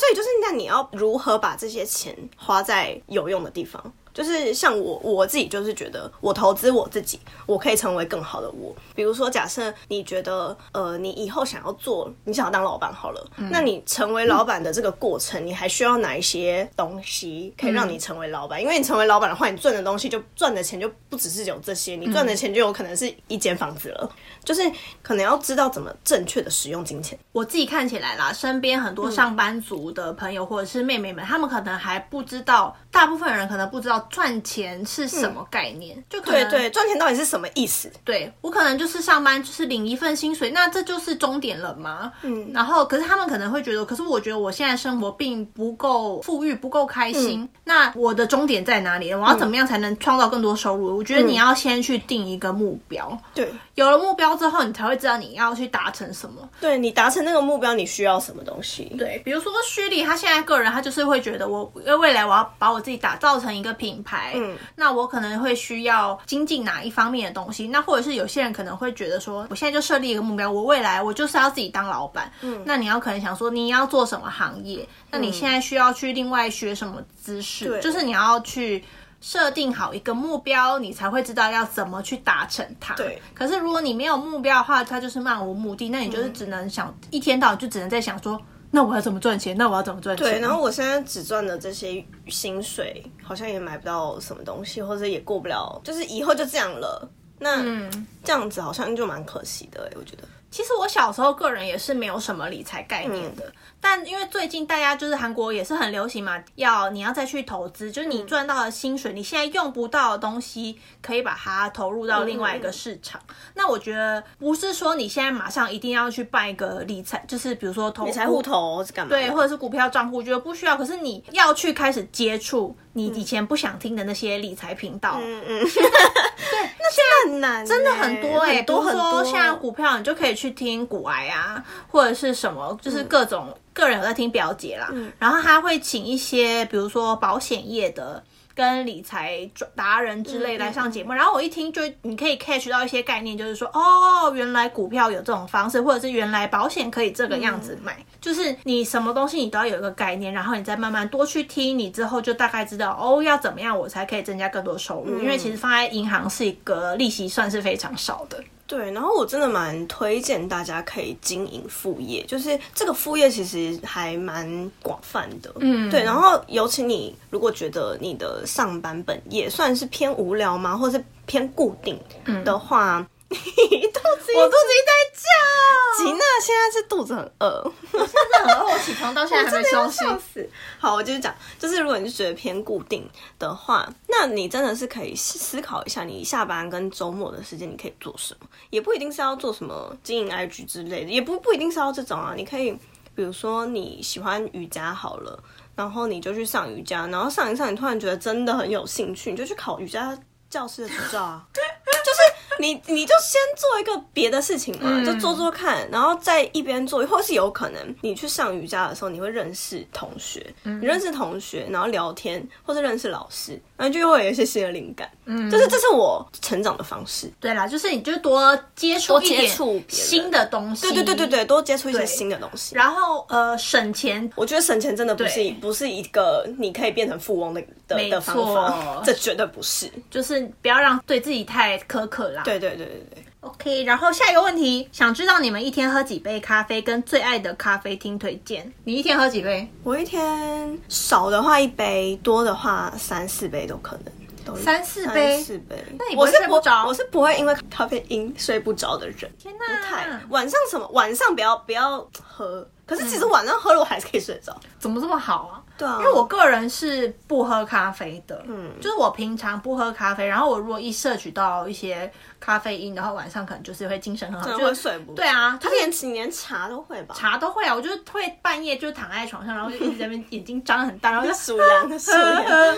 Speaker 1: 所以就是那你要如何把这些钱花在有用的地方？就是像我我自己就是觉得，我投资我自己，我可以成为更好的我。比如说，假设你觉得，呃，你以后想要做，你想要当老板好了，那你成为老板的这个过程，你还需要哪一些东西可以让你成为老板？因为你成为老板的话，你赚的东西就赚的钱就不只是有这些，你赚的钱就有可能是一间房子了，就是可能要知道怎么正确的使用金钱。
Speaker 2: 我自己看起来啦，身边很多上班族的朋友或者是妹妹们，他们可能还不知道，大部分人可能不知道赚钱是什么概念，就可能
Speaker 1: 对对，赚钱到底是什么意思？
Speaker 2: 对我可能就是上班就是领一份薪水，那这就是终点了吗？嗯，然后可是他们可能会觉得，可是我觉得我现在生活并不够富裕，不够开心，那我的终点在哪里？我要怎么样才能创造更多收入？我觉得你要先去定一个目标，
Speaker 1: 对，
Speaker 2: 有了目标之后，你才会知道你要去达成什么。
Speaker 1: 对你达成那个目标，你需要什么东西？
Speaker 2: 对，比如说虚拟，他现在个人他就是会觉得我呃未来我要把我自己打造成一个品牌，嗯，那我可能会需要精进哪一方面的东西，那或者是有些人可能会觉得说，我现在就设立一个目标，我未来我就是要自己当老板，嗯，那你要可能想说你要做什么行业，那你现在需要去另外学什么知识，
Speaker 1: 对
Speaker 2: 就是你要去。设定好一个目标，你才会知道要怎么去达成它。
Speaker 1: 对，
Speaker 2: 可是如果你没有目标的话，它就是漫无目的，那你就是只能想、一天到晚就只能在想说，那我要怎么赚钱？那我要怎么赚钱？
Speaker 1: 对，然后我现在只赚的这些薪水，好像也买不到什么东西，或者也过不了，就是以后就这样了。那、这样子好像就蛮可惜的、欸，我觉得。
Speaker 2: 其实我小时候个人也是没有什么理财概
Speaker 1: 嗯
Speaker 2: 念的，但因为最近大家就是韩国也是很流行嘛，要你要再去投资，就是
Speaker 1: 嗯
Speaker 2: 你赚到的薪水，你现在用不到的东西，可以把它投入到另外一个市场。
Speaker 1: 嗯
Speaker 2: 那我觉得不是说你现在马上一定要去办一个理财，就是比如说投理
Speaker 1: 理财户头是干嘛的？
Speaker 2: 对，或者是股票账户，觉得不需要。可是你要去开始接触你以前不想听的那些理财频道，
Speaker 1: 嗯嗯，对， 那现在很难欸、
Speaker 2: 真的很多哎、
Speaker 1: 很
Speaker 2: 比如
Speaker 1: 多很
Speaker 2: 说
Speaker 1: 多。
Speaker 2: 像股票，你就可以去听股癌啊，或者是什么，就是各种、个人有在听表姐啦，然后他会请一些，比如说保险业的。跟理财专达人之
Speaker 1: 嗯
Speaker 2: 类来上节目，然后我一听就你可以 catch 到一些概念，就是说哦，原来股票有这种方式，或者是原来保险可以这个样
Speaker 1: 嗯
Speaker 2: 子买，就是你什么东西你都要有一个概念，然后你再慢慢多去听，你之后就大概知道哦要怎么样我才可以增加更多收
Speaker 1: 嗯
Speaker 2: 入，因为其实放在银行是一个利息算是非常少的。
Speaker 1: 对，然后我真的蛮推荐大家可以经营副业，就是这个副业其实还蛮广泛的，嗯，对。然后尤其你如果觉得你的上班本业算是偏无聊吗，或是偏固定的话， 你肚子
Speaker 2: 嗯我肚子一直在叫，
Speaker 1: 吉娜现在是肚子很饿，
Speaker 2: 真的很饿，我起床到现在还没吃东西。
Speaker 1: 笑死！好，我就是讲，就是如果你是觉得偏固定的话，那你真的是可以思思考一下，你下班跟周末的时间你可以做什么，也不一定是要做什么经营 IG 之类的，也不不一定是要这种啊，你可以比如说你喜欢瑜伽好了，然后你就去上瑜伽，然后上一上，你突然觉得真的很有兴趣，你就去考瑜伽教师的执照啊。就是你你就先做一个别的事情嘛，就
Speaker 2: 嗯
Speaker 1: 做做看，然后再一边做，或是有可能你去上瑜伽的时候，你会认识同学，
Speaker 2: 嗯
Speaker 1: 你认识同学，然后聊天，或是认识老师，然后就会有一些新的灵感。嗯，就是这是我成长的方式。
Speaker 2: 对啦，就是你就多接触
Speaker 1: 多
Speaker 2: 一
Speaker 1: 接
Speaker 2: 点
Speaker 1: 触别人
Speaker 2: 新的东西。
Speaker 1: 对对对对对，多接触一些新的东西。
Speaker 2: 然后呃，省钱
Speaker 1: 我觉得省钱真的不是
Speaker 2: 对
Speaker 1: 不是一个你可以变成富翁的的
Speaker 2: 没
Speaker 1: 的方法
Speaker 2: 错，
Speaker 1: 这绝对不是。
Speaker 2: 就是不要让对自己太苛刻啦。
Speaker 1: 对对对对对。
Speaker 2: ，OK。然后下一个问题，想知道你们一天喝几杯咖啡，跟最爱的咖啡厅推荐。你一天喝几杯？
Speaker 1: 我一天少的话一杯，多的话三四杯都可能。都有
Speaker 2: 三四杯
Speaker 1: 三四杯。那
Speaker 2: 你不
Speaker 1: 我
Speaker 2: 会
Speaker 1: 是
Speaker 2: 睡不着
Speaker 1: 我是不会因为咖啡因睡不着的人。
Speaker 2: 天
Speaker 1: 不太
Speaker 2: 哪，
Speaker 1: 晚上什么晚上不要不要喝，可是其实晚上喝了我还是可以睡着。
Speaker 2: 怎么这么好啊？
Speaker 1: 对啊
Speaker 2: 因为我个人是不喝咖啡的，嗯，就是我平常不喝咖啡，然后我如果一摄取到一些咖啡因的话，晚上可能就是会精神很好，
Speaker 1: 真
Speaker 2: 就
Speaker 1: 的会睡不着。
Speaker 2: 对啊，
Speaker 1: 他
Speaker 2: 他
Speaker 1: 连你连茶都会吧？
Speaker 2: 茶都会啊，我就是会半夜就躺在床上，然后就一直在那边眼睛张很大，然后 就
Speaker 1: 数羊数 羊。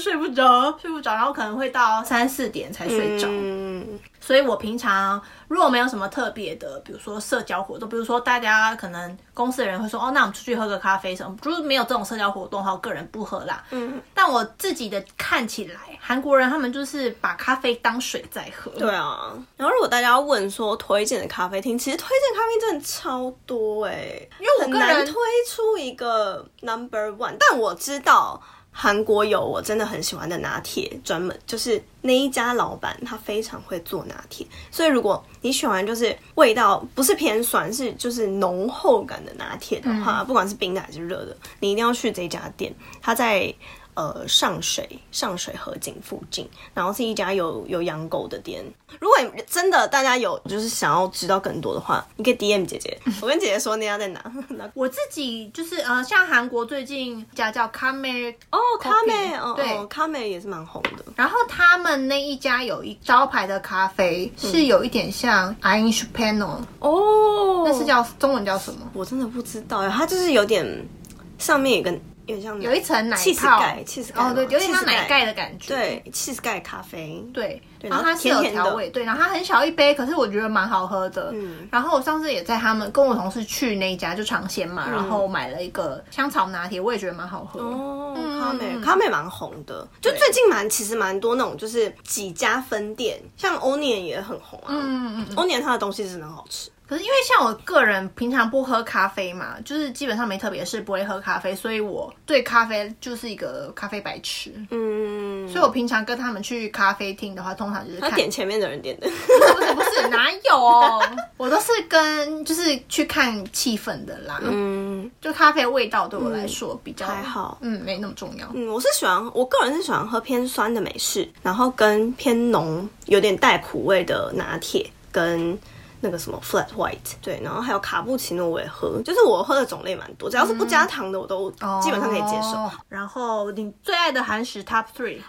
Speaker 2: 睡不着，睡不着，然后可能会到三四点才睡着。
Speaker 1: 嗯，
Speaker 2: 所以我平常如果没有什么特别的，比如说社交活动，比如说大家可能公司的人会说，哦，那我们出去喝个咖啡什么，就是没有这种社交活动的话，我个人不喝啦。嗯，但我自己的看起来，韩国人他们就是把咖啡当水在喝。
Speaker 1: 对啊。然后如果大家要问说推荐的咖啡厅，其实推荐咖啡厅真的超多哎、
Speaker 2: 因为我
Speaker 1: 很
Speaker 2: 个
Speaker 1: 难
Speaker 2: 人
Speaker 1: 推出一个 number one，但我知道韩国有我真的很喜欢的拿铁，专门就是那一家老板他非常会做拿铁，所以如果你喜欢就是味道不是偏酸，是就是浓厚感的拿铁的话，不管是冰的还是热的，你一定要去这家店，它在。呃，上水上水河景附近，然后是一家有有养狗的店。如果你真的大家有就是想要知道更多的话，你可以 DM 姐姐，我跟姐姐说那家在哪。那
Speaker 2: 我自己就是呃，像韩国最近一家叫 Kame，
Speaker 1: 哦，咖妹哦，
Speaker 2: 对
Speaker 1: 哦，咖妹也是蛮红的。
Speaker 2: 然后他们那一家有一招牌的咖啡是有一点像 i n s h p a n o
Speaker 1: 哦，
Speaker 2: 那是叫中文叫什么？
Speaker 1: 我真的不知道哎，它就是有点上面有个有点像
Speaker 2: 有一层奶
Speaker 1: 气 e
Speaker 2: 泡，
Speaker 1: 盖，气 e 盖
Speaker 2: 哦，对，有点像奶盖
Speaker 1: 的，
Speaker 2: 的感觉，
Speaker 1: 对，气 e 盖咖啡，
Speaker 2: 对。
Speaker 1: 对
Speaker 2: 然后
Speaker 1: 然
Speaker 2: 它
Speaker 1: 后
Speaker 2: 是有
Speaker 1: 甜甜
Speaker 2: 调
Speaker 1: 的
Speaker 2: 味，对，然后它很小一杯，可是我觉得蛮好喝的。
Speaker 1: 嗯
Speaker 2: 然后我上次也在他们跟我同事去那一家就尝鲜嘛，然后买了一个香草拿铁，我也觉得蛮好喝。
Speaker 1: 嗯哦，
Speaker 2: 嗯
Speaker 1: 咖美
Speaker 2: 嗯
Speaker 1: 咖美蛮红的，就
Speaker 2: 对
Speaker 1: 最近蛮其实蛮多那种就是几家分店，像欧年也很红啊，
Speaker 2: 嗯嗯嗯。
Speaker 1: 欧年它的东西真的很好吃，
Speaker 2: 可是因为像我个人平常不喝咖啡嘛，就是基本上没特别事不会喝咖啡，所以我对咖啡就是一个咖啡白痴。
Speaker 1: 嗯，
Speaker 2: 所以我平常跟他们去咖啡厅的话，通常就是
Speaker 1: 他
Speaker 2: 看
Speaker 1: 点前面的人点的，
Speaker 2: 不是不是，哪 有？我都是跟就是去看气氛的啦。
Speaker 1: 嗯
Speaker 2: 就咖啡味道对我来说比较、
Speaker 1: 还好
Speaker 2: 嗯，没那么重要。
Speaker 1: 嗯，我是喜欢，我个人是喜欢喝偏酸的美式，然后跟偏浓有点带苦味的拿铁跟。那个什么 flat white，对，然后还有卡布奇诺我也喝，就是我喝的种类蛮多，只要是不加糖的我都基本上可以接受。
Speaker 2: 嗯哦然后你最爱的韩食 Top Three，、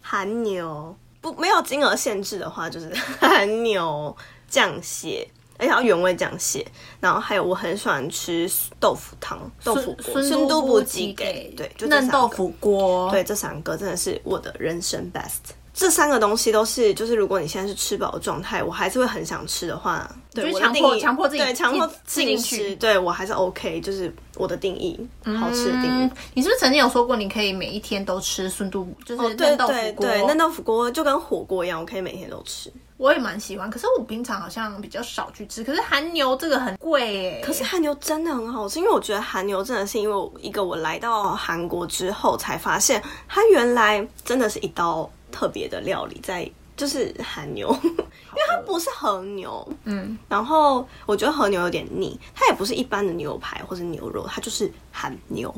Speaker 1: 韩牛不没有金额限制的话，就是 韩牛酱蟹，而且要原味酱蟹。然后还有我很喜欢吃豆腐汤、豆腐锅、
Speaker 2: 孙
Speaker 1: 都
Speaker 2: 不
Speaker 1: 不鸡给，对，就这
Speaker 2: 嫩
Speaker 1: 三
Speaker 2: 豆
Speaker 1: 个
Speaker 2: 腐锅，
Speaker 1: 对，这三个真的是我的人生 best。这三个东西都是，就是如果你现在是吃饱的状态，我还是会很想吃的话，对，
Speaker 2: 就
Speaker 1: 我
Speaker 2: 是
Speaker 1: 的
Speaker 2: 强
Speaker 1: 定
Speaker 2: 迫
Speaker 1: 义
Speaker 2: 强迫自己
Speaker 1: 对强迫
Speaker 2: 吃进
Speaker 1: 进
Speaker 2: 去
Speaker 1: 食，对我还是 OK，就是我的定义，好吃的定义
Speaker 2: 嗯。，你是不是曾经有说过你可以每一天都吃孙都就是
Speaker 1: 哦，对
Speaker 2: 嗯嫩豆腐
Speaker 1: 对
Speaker 2: 锅？
Speaker 1: 对，嫩豆腐锅就跟火锅一样，我可以每天都吃。
Speaker 2: 我也蛮喜欢，可是我平常好像比较少去吃。可是韩牛这个很贵 耶，
Speaker 1: 可是韩牛真的很好吃，因为我觉得韩牛真的是因为我一个我来到韩国之后才发现，它原来真的是一道特别的料理在。就是韩牛，因为它不是和牛，
Speaker 2: 嗯，
Speaker 1: 然后我觉得和牛有点腻，它也不是一般的牛排或者牛肉，它就是韩牛。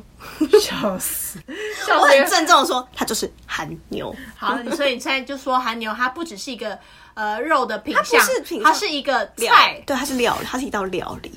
Speaker 2: 笑死，笑
Speaker 1: 我
Speaker 2: 死
Speaker 1: 很
Speaker 2: 人！
Speaker 1: 郑重地说，它就是韩牛。
Speaker 2: 好，你所以你现在就说韩牛它不只是一个呃肉的品
Speaker 1: 不
Speaker 2: 相，
Speaker 1: 是品
Speaker 2: 它
Speaker 1: 相
Speaker 2: 是一个
Speaker 1: 料
Speaker 2: 菜。
Speaker 1: 对，它是料理，它是一道料理。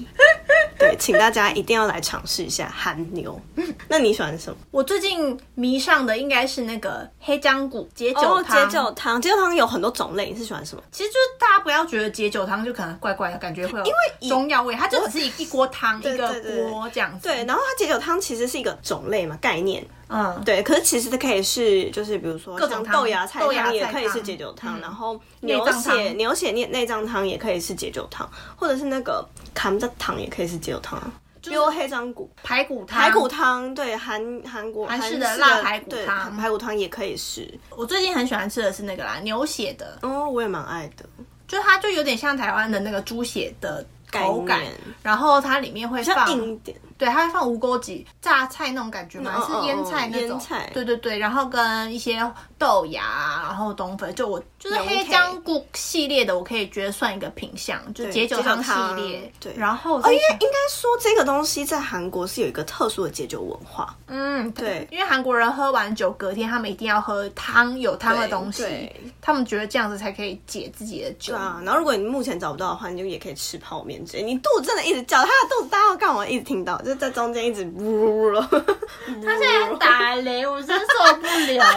Speaker 1: 对，请大家一定要来尝试一下韩牛。那你喜欢什么？
Speaker 2: 我最近迷上的应该是那个黑姜骨解酒
Speaker 1: 哦，
Speaker 2: 汤。
Speaker 1: 解酒汤，解酒汤有很多种类，你是喜欢什么？
Speaker 2: 其实就是大家不要觉得解酒汤就可能怪怪的感觉，会有因
Speaker 1: 以
Speaker 2: 为中药味，它就只是一一锅汤
Speaker 1: 对
Speaker 2: 一个
Speaker 1: 对对对
Speaker 2: 锅这样子。
Speaker 1: 对，，然后它解酒汤其实是一个种类嘛，概念。
Speaker 2: 嗯，
Speaker 1: 对，可是其实它可以是，就是比如说
Speaker 2: 各种
Speaker 1: 像
Speaker 2: 汤
Speaker 1: 豆芽菜
Speaker 2: 豆芽
Speaker 1: 汤也
Speaker 2: 菜
Speaker 1: 可以是
Speaker 2: 汤
Speaker 1: 解酒汤，
Speaker 2: 嗯
Speaker 1: 然后
Speaker 2: 内
Speaker 1: 牛
Speaker 2: 脏
Speaker 1: 血
Speaker 2: 汤
Speaker 1: 牛血内内脏汤也可以是解酒汤，或者是那个卡姆的汤也可以是解酒汤啊，比如黑张骨。
Speaker 2: 排骨汤，
Speaker 1: 排骨汤对韩韩国
Speaker 2: 韩式
Speaker 1: 韩
Speaker 2: 的辣排骨
Speaker 1: 对
Speaker 2: 汤
Speaker 1: 排骨汤也可以是
Speaker 2: 我最近很喜欢吃的是那个啦，牛血的，
Speaker 1: 哦，我也蛮爱的。
Speaker 2: 就是它就有点像台湾的那个猪血的口
Speaker 1: 概
Speaker 2: 感
Speaker 1: 念，
Speaker 2: 然后它里面会
Speaker 1: 比较
Speaker 2: 放
Speaker 1: 硬一点，
Speaker 2: 对，它会放无锅脊、榨菜那种感觉嘛，
Speaker 1: 嗯
Speaker 2: 还是腌菜
Speaker 1: 嗯
Speaker 2: 那
Speaker 1: 嗯
Speaker 2: 种？
Speaker 1: 腌菜
Speaker 2: 对对对，然后跟一些豆芽啊，然后冬粉，就我就是
Speaker 1: 羊
Speaker 2: 黑
Speaker 1: 腿
Speaker 2: 姜菇系列的，我可以觉得算一个品相，就是
Speaker 1: 对
Speaker 2: 解酒汤
Speaker 1: 解酒汤
Speaker 2: 系列。
Speaker 1: 对
Speaker 2: 然后
Speaker 1: 哦，
Speaker 2: 哦
Speaker 1: 因为应该说这个东西在韩国是有一个特殊的解酒文化，
Speaker 2: 嗯
Speaker 1: 对
Speaker 2: 因为韩国人喝完酒隔天他们一定要喝汤，有汤的
Speaker 1: 对
Speaker 2: 东西
Speaker 1: 对，
Speaker 2: 他们觉得这样子才可以解自己的酒。
Speaker 1: 对啊，然后如果你目前找不到的话，你就也可以吃泡面之类。你肚子真的一直叫，他的肚子大到干嘛？一直听到，就是在中间一直呜呜 呜。
Speaker 2: 他现在打雷，我真受不了。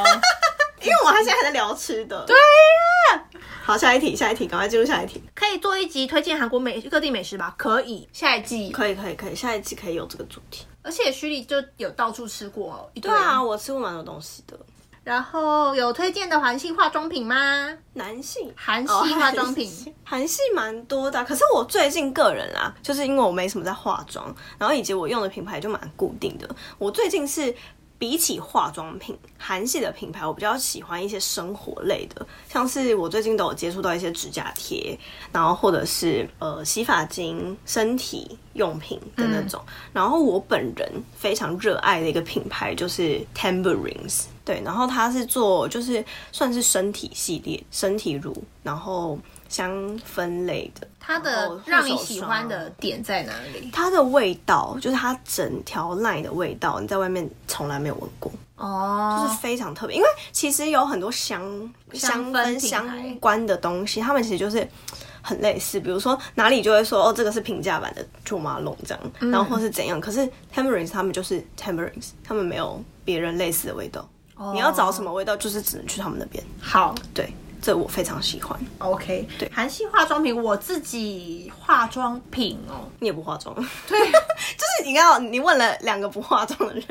Speaker 1: 因为我们现在还在聊吃的。对呀、好，下一题，下一题，赶快进入下一题。
Speaker 2: 可以做一集推荐韩国美各地美食吧？可以，下一季。
Speaker 1: 可以，可以，可以，下一季可以有这个主题。
Speaker 2: 而且徐丽就有到处吃过一堆
Speaker 1: 对啊，我吃过蛮多东西的。
Speaker 2: 然后有推荐的韩系化妆品吗？
Speaker 1: 男性
Speaker 2: 韩系
Speaker 1: 哦
Speaker 2: 化妆品，
Speaker 1: 韩系蛮多的啊。可是我最近个人啦，就是因为我没什么在化妆，然后以及我用的品牌就蛮固定的。我最近是比起化妆品，韩系的品牌我比较喜欢一些生活类的，像是我最近都有接触到一些指甲贴，然后或者是呃洗发精、身体。用品的那种。然后我本人非常热爱的一个品牌就是 Tambourines，对，然后它是做就是算是身体系列、身体乳，然后香氛类的。
Speaker 2: 它
Speaker 1: 然后
Speaker 2: 的
Speaker 1: 护
Speaker 2: 让你
Speaker 1: 哦手
Speaker 2: 喜
Speaker 1: 霜
Speaker 2: 欢的点在哪里？
Speaker 1: 它的味道就是它整条 line 的味道，你在外面从来没有闻过。
Speaker 2: 哦，
Speaker 1: 就是非常特别，因为其实有很多香
Speaker 2: 香
Speaker 1: 香
Speaker 2: 氛品牌
Speaker 1: 氛相关的东西，他们其实就是很类似，比如说哪里就会说哦，这个是平价版的祖马龙这样，然后
Speaker 2: 嗯
Speaker 1: 或是怎样。可是 Tamarins 他们就是 Tamarins，他们没有别人类似的味道。
Speaker 2: 哦
Speaker 1: 你要找什么味道，就是只能去他们那边。
Speaker 2: 好
Speaker 1: 对，这我非常喜欢。
Speaker 2: ，OK，
Speaker 1: 对
Speaker 2: 韩系化妆品，我自己化妆品哦，
Speaker 1: 你也不化妆，对， 就是你要你问了两个不化妆的人，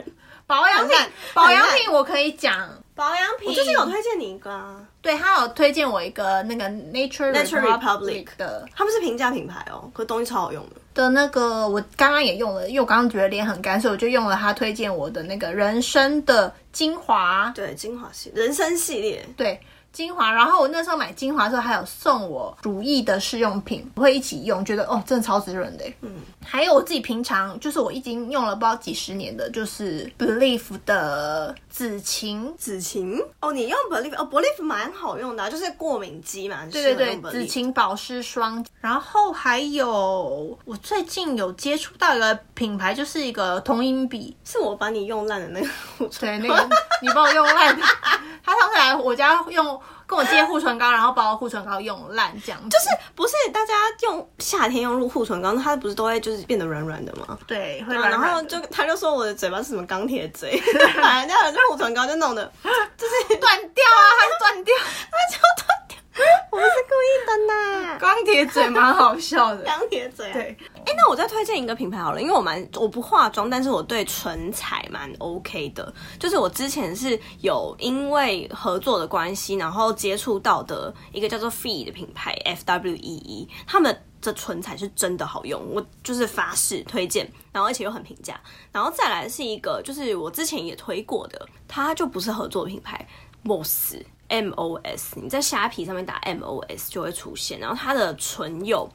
Speaker 2: 保养
Speaker 1: 很
Speaker 2: 品
Speaker 1: 烂，
Speaker 2: 保养
Speaker 1: 很烂
Speaker 2: 品我可以讲， 保养品
Speaker 1: 我最近有推荐你一个啊，
Speaker 2: 对他有推荐我一个那个 Nature
Speaker 1: Nature Republic
Speaker 2: 的
Speaker 1: 他们是平价品牌哦，可东西超好用的。
Speaker 2: 的那个，我刚刚也用了，因为我刚刚觉得脸很干，所以我就用了他推荐我的那个人参的精华，
Speaker 1: 对，精华系人生系列，
Speaker 2: 对。精华，然后我那时候买精华的时候，还有送我如意的试用品，我会一起用，觉得哦，真的超滋润的。嗯，还有我自己平常就是我已经用了不知道几十年的，就是 Believe 的紫芹，
Speaker 1: 紫芹哦，你用 Believe 哦，Believe 蛮好用的啊、就是过敏肌嘛，对
Speaker 2: 对对对，紫芹保湿霜，然后还有我最近有接触到一个品牌，就是一个同音笔，
Speaker 1: 是我把你用烂的那个护唇
Speaker 2: 对，那个你帮我用烂的， 他上次来我家用跟我借护唇膏，然后把我护唇膏用烂，这样就
Speaker 1: 就是不是大家用夏天用入护唇膏，它不是都会就是变得软软的吗？
Speaker 2: 对，
Speaker 1: 对
Speaker 2: 会
Speaker 1: 啊
Speaker 2: 软
Speaker 1: 然
Speaker 2: 软
Speaker 1: 后
Speaker 2: 的
Speaker 1: 就他就说我的嘴巴是什么钢铁嘴，把人家的护唇膏就弄得
Speaker 2: 断掉啊，它是断掉，
Speaker 1: 我不是故意的 呐，
Speaker 2: 钢铁嘴蛮好笑 的，
Speaker 1: 钢铁嘴、啊。
Speaker 2: 对，
Speaker 1: 哎、那我再推荐一个品牌好了，因为我蛮我不化妆，但是我对唇彩蛮 OK 的。就是我之前是有因为合作的关系，然后接触到的一个叫做 Fee 的品牌 F W E E，他们的唇彩是真的好用，我就是发誓推荐，然后而且又很平价。然后再来是一个，就是我之前也推过的，它就不是合作品牌，Moss。M O S，你在虾皮上面打 M O S 就会出现，然后它的唇釉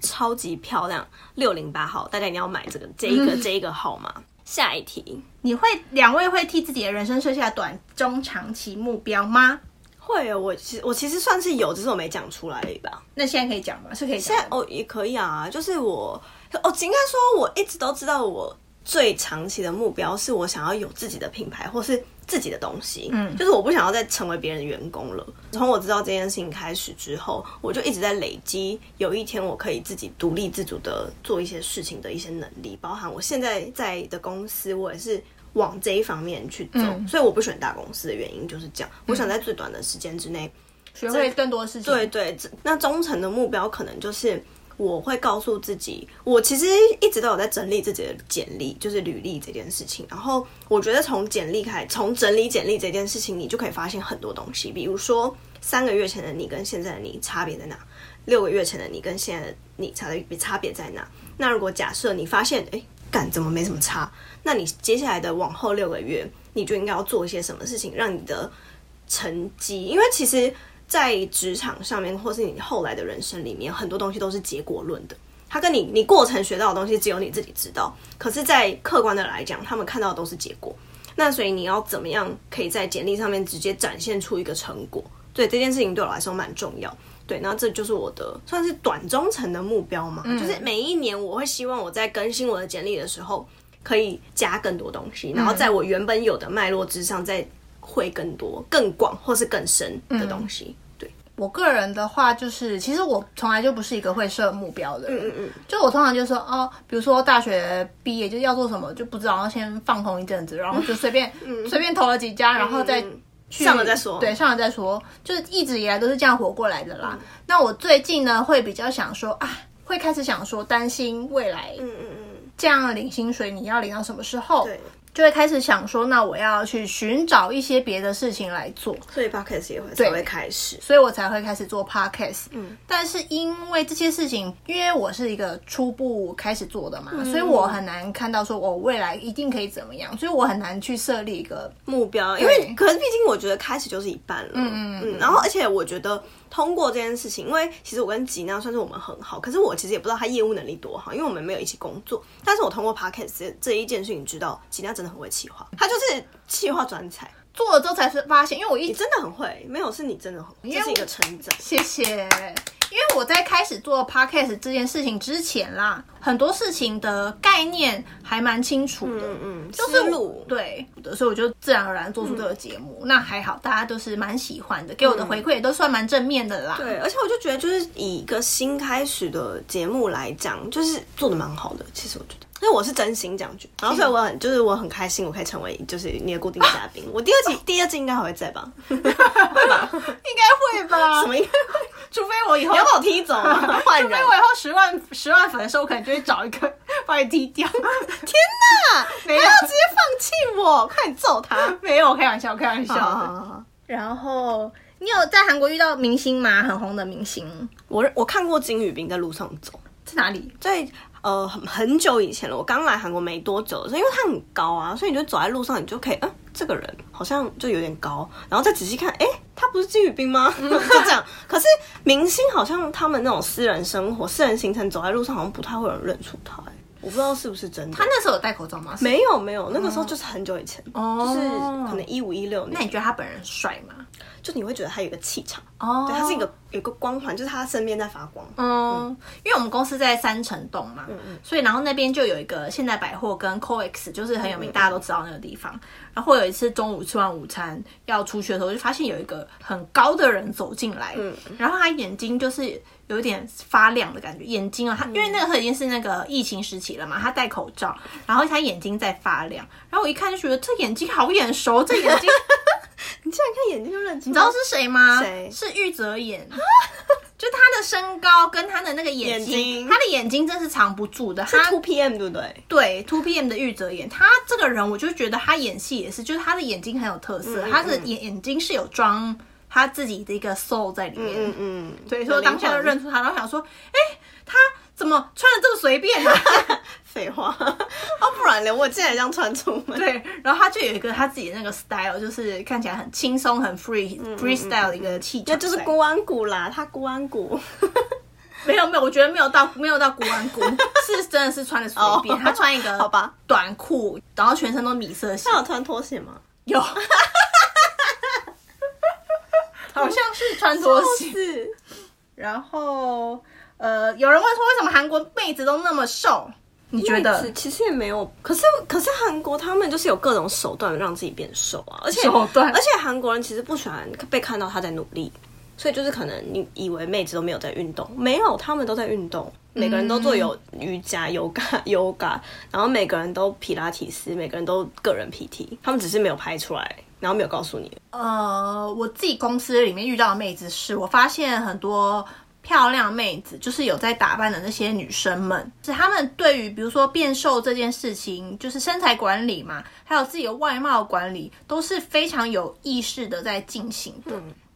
Speaker 1: 超级漂亮，六零八号，大家一定要买这个这一 个这一个号码。下一题
Speaker 2: 你会两位会替自己的人生设下短、中、长期目标吗？
Speaker 1: 会哦，我其实我其实算是有，只是我没讲出来而已吧。
Speaker 2: 那现在可以讲吗？是可以讲
Speaker 1: 现
Speaker 2: 的
Speaker 1: 在
Speaker 2: 吗，
Speaker 1: 哦也可以啊，就是我哦，应该说我一直都知道我最长期的目标是我想要有自己的品牌或是自己的东西，嗯，就是我不想要再成为别人的员工了。从我知道这件事情开始之后，我就一直在累积，有一天我可以自己独立自主的做一些事情的一些能力，包含我现在在的公司，我也是。往这一方面去走，
Speaker 2: 嗯
Speaker 1: 所以我不选大公司的原因就是这样。我想在最短的时间之内
Speaker 2: 学会更多事情，
Speaker 1: 对对，这那忠诚的目标可能就是我会告诉自己，我其实一直都有在整理自己的简历，就是履历这件事情。然后我觉得从简历开，从整理简历这件事情，你就可以发现很多东西，比如说三个月前的你跟现在的你差别在哪，六个月前的你跟现在的你差别差别在哪。那如果假设你发现，哎，干怎么没什么差，那你接下来的往后六个月，你就应该要做一些什么事情，让你的成绩，因为其实，在职场上面，或是你后来的人生里面，很多东西都是结果论的。它跟你你过程学到的东西，只有你自己知道。可是，在客观的来讲，他们看到的都是结果。那所以你要怎么样可以在简历上面直接展现出一个成果？对这件事情对我来说蛮重要。对，那这就是我的算是短中程的目标嘛，就是每一年我会希望我在更新我的简历的时候，可以加更多东西，然后在我原本有的脉络之上再会更多、更广或是更深的东西。
Speaker 2: 嗯
Speaker 1: 对，
Speaker 2: 我个人的话，就是其实我从来就不是一个会设目标的人，嗯嗯就我通常就说哦，比如说大学毕业就是要做什么就不知道，然后先放空一阵子，然后就随 便、随便投了几家，然后再
Speaker 1: 嗯
Speaker 2: 去
Speaker 1: 上了再说
Speaker 2: 对，上了再说，就是一直以来都是这样活过来的
Speaker 1: 嗯
Speaker 2: 啦。那我最近呢，会比较想说啊，会开始想说担心未来
Speaker 1: 嗯嗯嗯，
Speaker 2: 这样领薪水你要领到什么时候，
Speaker 1: 对，
Speaker 2: 就会开始想说，那我要去寻找一些别的事情来做，
Speaker 1: 所以 podcast 也会才会开始。
Speaker 2: 所以我才会开始做 podcast。嗯，但是因为这些事情，因为我是一个初步开始做的嘛，
Speaker 1: 嗯
Speaker 2: 所以我很难看到说我哦未来一定可以怎么样，所以我很难去设立一个
Speaker 1: 目标，因为可是毕竟我觉得开始就是一半了，嗯嗯，然后而且我觉得通过这件事情，因为其实我跟吉娜算是我们很好，可是我其实也不知道她业务能力多好，因为我们没有一起工作，但是我通过 podcast 这这一件事情知道吉娜真的很会企划，她就是企划专才，
Speaker 2: 做了之后才是发现，因为我一
Speaker 1: 你
Speaker 2: 直
Speaker 1: 真的很会，没有是你真的很会，
Speaker 2: 为
Speaker 1: 这是一个成长，
Speaker 2: 谢谢，因为我在开始做 podcast 这件事情之前啦，很多事情的概念还蛮清楚的。
Speaker 1: 嗯嗯，就
Speaker 2: 就是
Speaker 1: 路，
Speaker 2: 对，所以我就自然而然做出这个节目。那还好，大家都是蛮喜欢的，给我的回馈也都算蛮正面的啦。
Speaker 1: 对，而且我就觉得，就是以一个新开始的节目来讲，就是做的蛮好的。其实我觉得，因为我是真心这样觉得，然后所以我很就是我很开心，我可以成为就是你的固定嘉宾。我第二 季第二季应该还会在吧？
Speaker 2: 应该会吧
Speaker 1: 什么应该会？
Speaker 2: 除非我以后
Speaker 1: 你要把我踢走 吗？换
Speaker 2: 除
Speaker 1: 人
Speaker 2: 非？我以后十万十万粉的时候，我可能就会找一个 把你踢掉。天哪，没有
Speaker 1: 不要直接放弃我，快点揍他！
Speaker 2: 没有，我开玩笑，开玩笑的。
Speaker 1: 好好好好
Speaker 2: 然后你有在韩国遇到明星吗？很红的明星
Speaker 1: 我我看过金宇彬在路上走，
Speaker 2: 在哪里？
Speaker 1: 在呃很很久以前了，我刚来韩国没多久的时候，因为他很高啊，所以你就走在路上，你就可以，嗯、这个人好像就有点高，然后再仔细看，哎、他不是金宇彬 吗？就这样。可是明星好像他们那种私人生活、私人行程，走在路上好像不太会有人认出他、哎我不知道是不是真的。
Speaker 2: 他那时候有戴口罩吗？
Speaker 1: 没有没有，那个时候就是很久以前，
Speaker 2: 哦
Speaker 1: 就是可能一五一六
Speaker 2: 那
Speaker 1: 年，
Speaker 2: 你觉得他本人帅吗？
Speaker 1: 就你会觉得他有一个气场，
Speaker 2: 哦
Speaker 1: 对，他是一个有一个光环，就是他身边在发光。
Speaker 2: 嗯，因为我们公司在三城洞嘛，所以然后那边就有一个现代百货跟 COEX，就是很有名，大家都知道那个地方。然后我有一次中午吃完午餐要出去的时候，就发现有一个很高的人走进来，然后他眼睛就是有一点发亮的感觉，眼睛啊，他因为那个时候已经是那个疫情时期了嘛，他戴口罩，然后他眼睛在发亮，然后我一看就觉得这眼睛好眼熟，这眼睛。
Speaker 1: 你竟然看眼睛就认出，你
Speaker 2: 你知道是谁吗？
Speaker 1: 哦谁啊
Speaker 2: 是玉泽演。 就他的身高跟他的那个眼睛，
Speaker 1: 眼睛
Speaker 2: 他的眼睛真是藏不住的。
Speaker 1: 是
Speaker 2: 他
Speaker 1: Two PM 对不对？
Speaker 2: 对 Two PM 的玉泽演，他这个人我就觉得他演戏也是，就是他的眼睛很有特色，
Speaker 1: 嗯
Speaker 2: 他的眼眼睛是有装他自己的一个 soul 在里面。
Speaker 1: 嗯嗯，
Speaker 2: 对，所以我当下就认出他，然后想说，哎、他怎么穿的这么随便呢、啊
Speaker 1: 废话，哦，不然呢？我竟然这样穿出门，
Speaker 2: 对，然后他就有一个他自己的那个 style，就是看起来很轻松、很
Speaker 1: 嗯
Speaker 2: free、freestyle 的一个气质，
Speaker 1: 那就是
Speaker 2: 在
Speaker 1: 孤安谷啦，他孤安谷，
Speaker 2: 没有没有，我觉得没有到没有到古玩古， 是真的是穿的随便。
Speaker 1: 哦
Speaker 2: 他穿一个
Speaker 1: 好吧
Speaker 2: 短裤，然后全身都米 色系
Speaker 1: 他，有穿拖鞋吗？
Speaker 2: 有，好像是穿拖鞋。
Speaker 1: 是，
Speaker 2: 然后呃，有人问说为什么韩国妹子都那么瘦？你觉得
Speaker 1: 妹子其实也没有，可是可是韩国他们就是有各种手段让自己变瘦啊，而且
Speaker 2: 手段
Speaker 1: 而且韩国人其实不喜欢被看到他在努力，所以就是可能你以为妹子都没有在运动，没有，他们都在运动。每个人都做有
Speaker 2: 嗯
Speaker 1: 瑜伽、yoga、yoga，然后每个人都皮拉提斯，每个人都个人 PT，他们只是没有拍出来，然后没有告诉你。
Speaker 2: 呃，我自己公司里面遇到的妹子是，我发现很多漂亮妹子，就是有在打扮的那些女生们，是她们对于比如说变瘦这件事情，就是身材管理嘛，还有自己的外貌管理，都是非常有意识的在进行的。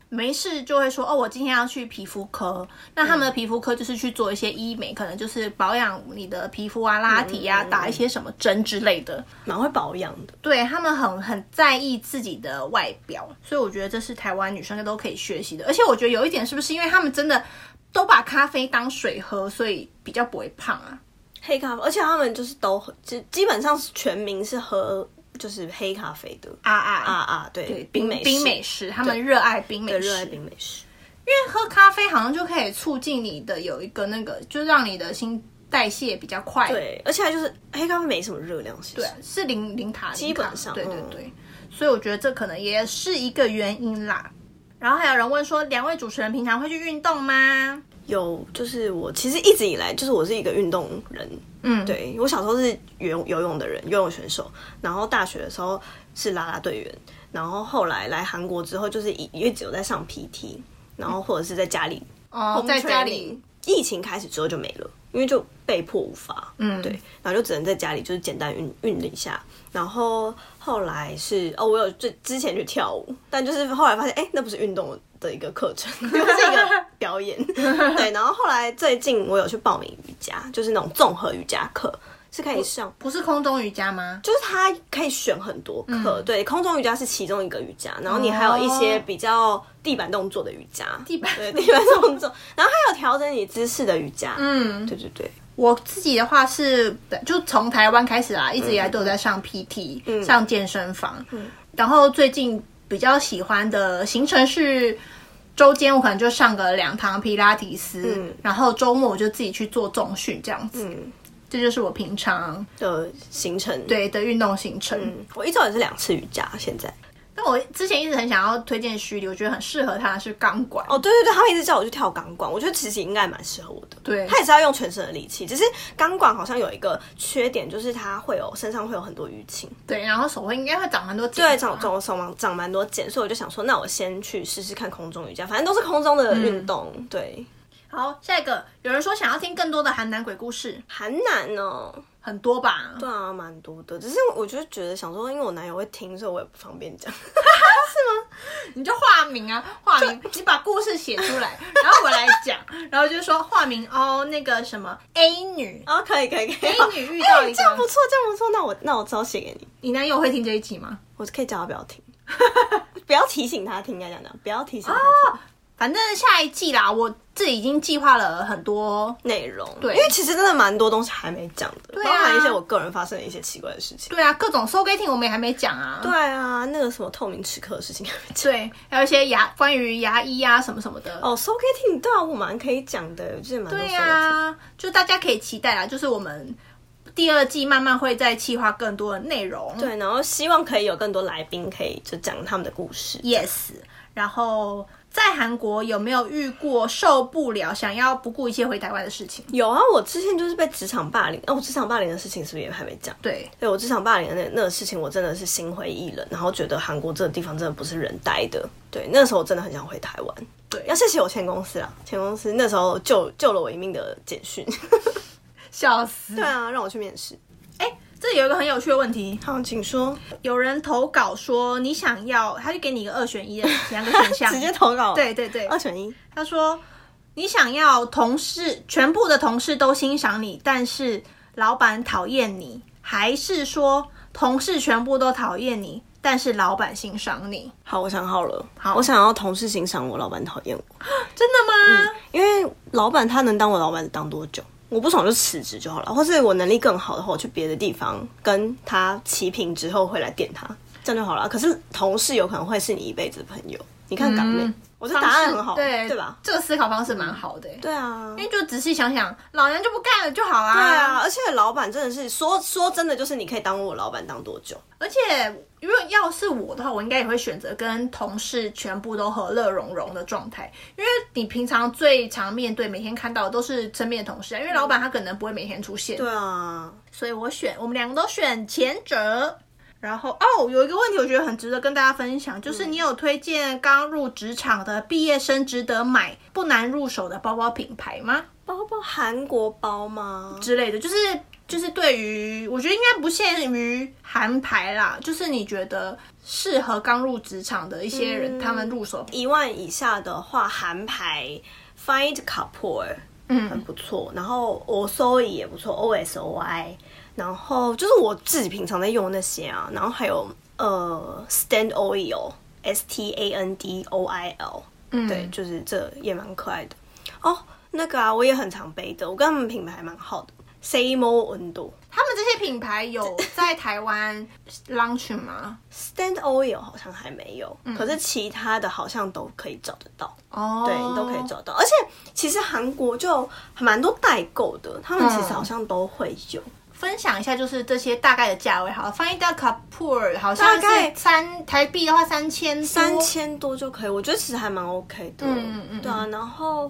Speaker 2: 没事就会说哦，我今天要去皮肤科。那他们的皮肤科就是去做一些医美，可能就是保养你的皮肤啊、拉提啊、打一些什么针之类的。
Speaker 1: 蛮会保养的。
Speaker 2: 对他们很很在意自己的外表，所以我觉得这是台湾女生都可以学习的。而且我觉得有一点是不是因为他们真的都把咖啡当水喝，所以比较不会胖啊？
Speaker 1: 黑咖啡，而且他们就是都喝基基本上是全民是喝就是黑咖啡的
Speaker 2: 啊啊
Speaker 1: 啊！啊，对，
Speaker 2: 对，
Speaker 1: 冰
Speaker 2: 冰
Speaker 1: 美
Speaker 2: 冰美式，他们热爱冰美
Speaker 1: 对
Speaker 2: 式，
Speaker 1: 热爱冰美式，
Speaker 2: 因为喝咖啡好像就可以促进你的有一个那个，就让你的新代谢比较快。
Speaker 1: 对，而且它就是黑咖啡没什么热量，其实
Speaker 2: 对，啊是零零卡，基
Speaker 1: 本上
Speaker 2: 对对
Speaker 1: 嗯
Speaker 2: 对，所以我觉得这可能也是一个原因啦。然后还有人问说，两位主持人平常会去运动吗？
Speaker 1: 有就是我其实一直以来就是我是一个运动人，
Speaker 2: 嗯，
Speaker 1: 对我小时候是游泳游泳的人，游泳选手，然后大学的时候是啦啦队员，然后后来来韩国之后就是一一直有在上 PT，然后或者是在家里
Speaker 2: 哦，在家里，
Speaker 1: 疫情开始之后就没了。因为就被迫无法，
Speaker 2: 嗯
Speaker 1: 对，然后就只能在家里就是简单运运了一下，然后后来是哦，我有最之前去跳舞，但就是后来发现，哎、那不是运动的一个课 程，就是一个表演，对，然后后来最近我有去报名瑜伽，就是那种综合瑜伽课。是可以上
Speaker 2: 不是空中瑜伽吗？
Speaker 1: 就是它可以选很多课，
Speaker 2: 嗯
Speaker 1: 对，空中瑜伽是其中一个瑜伽，然后你还有一些
Speaker 2: 哦
Speaker 1: 比较地板动作的瑜伽，
Speaker 2: 地板
Speaker 1: 对地板动作，然后还有调整你姿势的瑜伽，
Speaker 2: 嗯，
Speaker 1: 对对对，
Speaker 2: 我自己的话是，就从台湾开始啊啦，
Speaker 1: 嗯
Speaker 2: 一直以来都有在上 PT，、上健身房。然后最近比较喜欢的行程是，周间我可能就上个两堂皮拉提斯，
Speaker 1: 嗯
Speaker 2: 然后周末我就自己去做重训这样子。
Speaker 1: 嗯
Speaker 2: 这就是我平常
Speaker 1: 的行程，，
Speaker 2: 对的运动行程。
Speaker 1: 嗯，我一周也是两次瑜伽，现在，
Speaker 2: 但我之前一直很想要推荐徐礼，我觉得很适合他的是钢管。
Speaker 1: 哦，对对对，他们一直叫我去跳钢管，我觉得其实应该蛮适合我的，
Speaker 2: 对
Speaker 1: 他也是要用全身的力气，只是钢管好像有一个缺点，就是它会有身上会有很多淤青，
Speaker 2: 对，然后手会应该会长很多茧
Speaker 1: 对，
Speaker 2: 吧
Speaker 1: 长长手忙长蛮多茧，所以我就想说，那我先去试试看空中瑜伽，反正都是空中的运动。
Speaker 2: 嗯
Speaker 1: 对，
Speaker 2: 好，下一个有人说想要听更多的韩南鬼故事，
Speaker 1: 韩南哦，
Speaker 2: 很多吧？
Speaker 1: 对啊，蛮多的。只是我就觉得想说，因为我男友会听，所以我也不方便讲。
Speaker 2: 你就化名啊，化名，你把故事写出来，然后我来讲，然后就说化名哦，那个什么 A 女，
Speaker 1: 啊，可以可以可以。哎
Speaker 2: A 女遇到一
Speaker 1: 这样不
Speaker 2: 个，
Speaker 1: 错，这样不错。那我那我只好写给你，
Speaker 2: 你男友会听这一集吗？
Speaker 1: 我可以叫他不要听， 不要提醒他听，应该讲讲，不要提醒他
Speaker 2: 哦
Speaker 1: 听
Speaker 2: 反正下一季啦，我自己已经计划了很多。
Speaker 1: 内容。
Speaker 2: 对
Speaker 1: 因为其实真的蛮多东西还没讲的，
Speaker 2: 对啊
Speaker 1: 包含一些我个人发生的一些奇怪的事情。
Speaker 2: 对啊，各种 soul getting 我们也还没讲啊。
Speaker 1: 对啊，那个什么透明齿科的事情还没讲。
Speaker 2: 对，还有一些牙关于牙医啊什么什么的。
Speaker 1: 哦 s o k e t i n g 对啊，我蛮可以讲的，我记得蛮多 s o
Speaker 2: 对啊
Speaker 1: k
Speaker 2: 呀、就大家可以期待啦，啊就是我们第二季慢慢会再企划更多的内容。
Speaker 1: 对，然后希望可以有更多来宾可以就讲他们的故事。
Speaker 2: ，yes。然后在韩国有没有遇过受不了、想要不顾一切回台湾的事情？
Speaker 1: 有啊，我之前就是被职场霸凌，哦，我职场霸凌的事情是不是也还没讲？
Speaker 2: 对，
Speaker 1: 对我职场霸凌的那那个事情，我真的是心灰意冷，然后觉得韩国这个地方真的不是人待的。对，那时候我真的很想回台湾。
Speaker 2: 对
Speaker 1: 要谢谢我前公司啦，前公司那时候救救了我一命的简讯。
Speaker 2: 笑死。
Speaker 1: 对啊，让我去面试。
Speaker 2: 哎，这有一个很有趣的问题，
Speaker 1: 好，请 说，
Speaker 2: 有人投稿说你想要，他就给你一个二选一的两个选 项，
Speaker 1: 直接投哦稿。
Speaker 2: 对，对对，
Speaker 1: 二选一。
Speaker 2: 他说：“你想要同事全部的同事都欣赏你，但是老板讨厌你，还是说同事全部都讨厌你，但是老板欣赏你？
Speaker 1: 好，我想好了。好，我想要同事欣赏我，老板讨厌我。
Speaker 2: 真的吗？
Speaker 1: 因为老板他能当我老板当多久？我不爽就辞职就好了，或是我能力更好的话，我去别的地方跟他齐平之后回来点他，这样就好了。可是同事有可能会是你一辈子的朋友，你看港妹，
Speaker 2: 嗯
Speaker 1: 我觉得答案很好，
Speaker 2: 对
Speaker 1: 对吧？？
Speaker 2: 这个思考方式蛮好的、欸，
Speaker 1: 对啊，
Speaker 2: 因为就仔细想想，老娘就不干了就好啦。
Speaker 1: 对啊，，而且老板真的是说说真的，就是你可以当我老板当多久？
Speaker 2: 而且如果要是我的话，我应该也会选择跟同事全部都和乐融融的状态，因为你平常最常面对、每天看到的都是身边的同事啊，因为老板他可能不会每天出现，
Speaker 1: 对啊，
Speaker 2: 所以我选我们两个都选前者。然后哦，有一个问题我觉得很值得跟大家分享，
Speaker 1: 嗯
Speaker 2: 就是你有推荐刚入职场的毕业生值得买不难入手的包包品牌吗？
Speaker 1: 包包韩国包吗？
Speaker 2: 之类的，就是就是对于我觉得应该不限于韩牌啦，就是你觉得适合刚入职场的一些
Speaker 1: 嗯
Speaker 2: 人，他们入手
Speaker 1: 一万以下的话，韩牌 Find Couple，嗯，很不错。然后 Osoy 也不错，O S O I。然后就是我自己平常在用的那些啊，然后还有呃 Stand Oil，S T A N D O I L，、对，就是这也蛮可爱的。哦，那个啊，我也很常背的，我跟他们品牌还蛮好的，Same 温度
Speaker 2: 他们这些品牌有在台湾 launch 吗？
Speaker 1: ，Stand Oil 好像还没有，可是其他的好像都可以找得到。
Speaker 2: 哦，
Speaker 1: 对你都可以找到。而且其实韩国就蛮多代购的，他们其
Speaker 2: 嗯
Speaker 1: 实好像都会有。
Speaker 2: 分享一下，就是这些大概的价位好了。翻译到 Kapoor 好像
Speaker 1: 大概
Speaker 2: 是三台币的话三千
Speaker 1: 三，千多就可以，我觉得其实还蛮 OK 的。
Speaker 2: 嗯嗯嗯
Speaker 1: 对啊，然后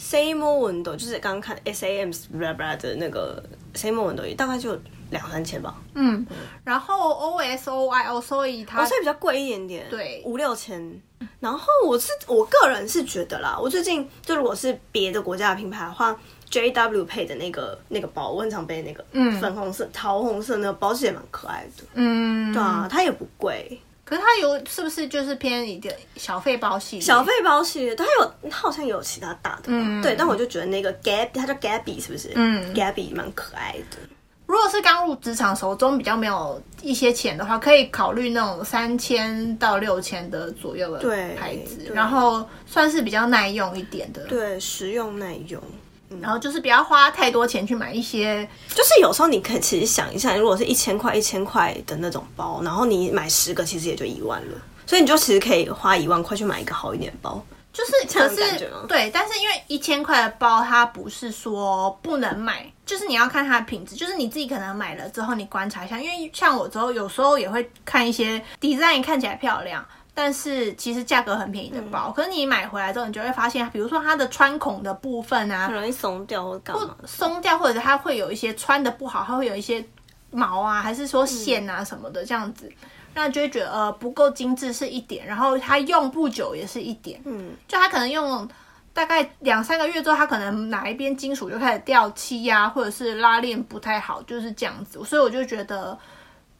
Speaker 1: Same o n d 就是刚刚看 S A M blah blah 的那个 Same o n d 也大概就两三千吧，
Speaker 2: 嗯，然后 O S O I O，所以它
Speaker 1: 哦，所以比较贵一点点，
Speaker 2: 啊对
Speaker 1: 五六千。然后我是我个人是觉得啦，我最近就如果是别的国家的品牌的话， JW 配的那个那个包，我很常背那个，粉红色、桃红色那个包，其实也蛮可爱的。
Speaker 2: 嗯，
Speaker 1: 对啊，它也不贵，
Speaker 2: 可是它有是不是就是偏一个小费包系列？
Speaker 1: 小费包系列，它有它好像也有其他大的吧，对，但我就觉得那个 Gabby，它叫 Gabby 是不是？
Speaker 2: 嗯
Speaker 1: ，Gabby 蛮可爱的。
Speaker 2: 如果是刚入职场手中比较没有一些钱的话，可以考虑那种三千到六千的左右的
Speaker 1: 对
Speaker 2: 牌子，
Speaker 1: 对
Speaker 2: 然后算是比较耐用一点的。
Speaker 1: 对，实用耐用。
Speaker 2: 然后就是不要花太多钱去买一些，
Speaker 1: 就是有时候你可以其实想一下，如果是一千块一千块的那种包，然后你买十个，其实也就一万了。所以你就其实可以花一万块去买一个好一点的包。
Speaker 2: 就是
Speaker 1: 这
Speaker 2: 可
Speaker 1: 样
Speaker 2: 是
Speaker 1: 的感觉吗
Speaker 2: 对，但是因为一千块的包它不是说不能买，就是你要看它的品质，就是你自己可能买了之后你观察一下，因为像我之后有时候也会看一些 design 看起来漂亮。但是其实价格很便宜的
Speaker 1: 嗯
Speaker 2: 包，可是你买回来之后，你就会发现，比如说它的穿孔的部分啊，
Speaker 1: 很容易松掉或干嘛？
Speaker 2: 松掉，或者它会有一些穿的不好，它会有一些毛啊，还是说线啊什么的这样子，那就会觉得呃不够精致是一点，然后它用不久也是一点，
Speaker 1: 嗯，
Speaker 2: 就它可能用大概两三个月之后，它可能哪一边金属就开始掉漆呀、或者是拉链不太好，就是这样子，所以我就觉得。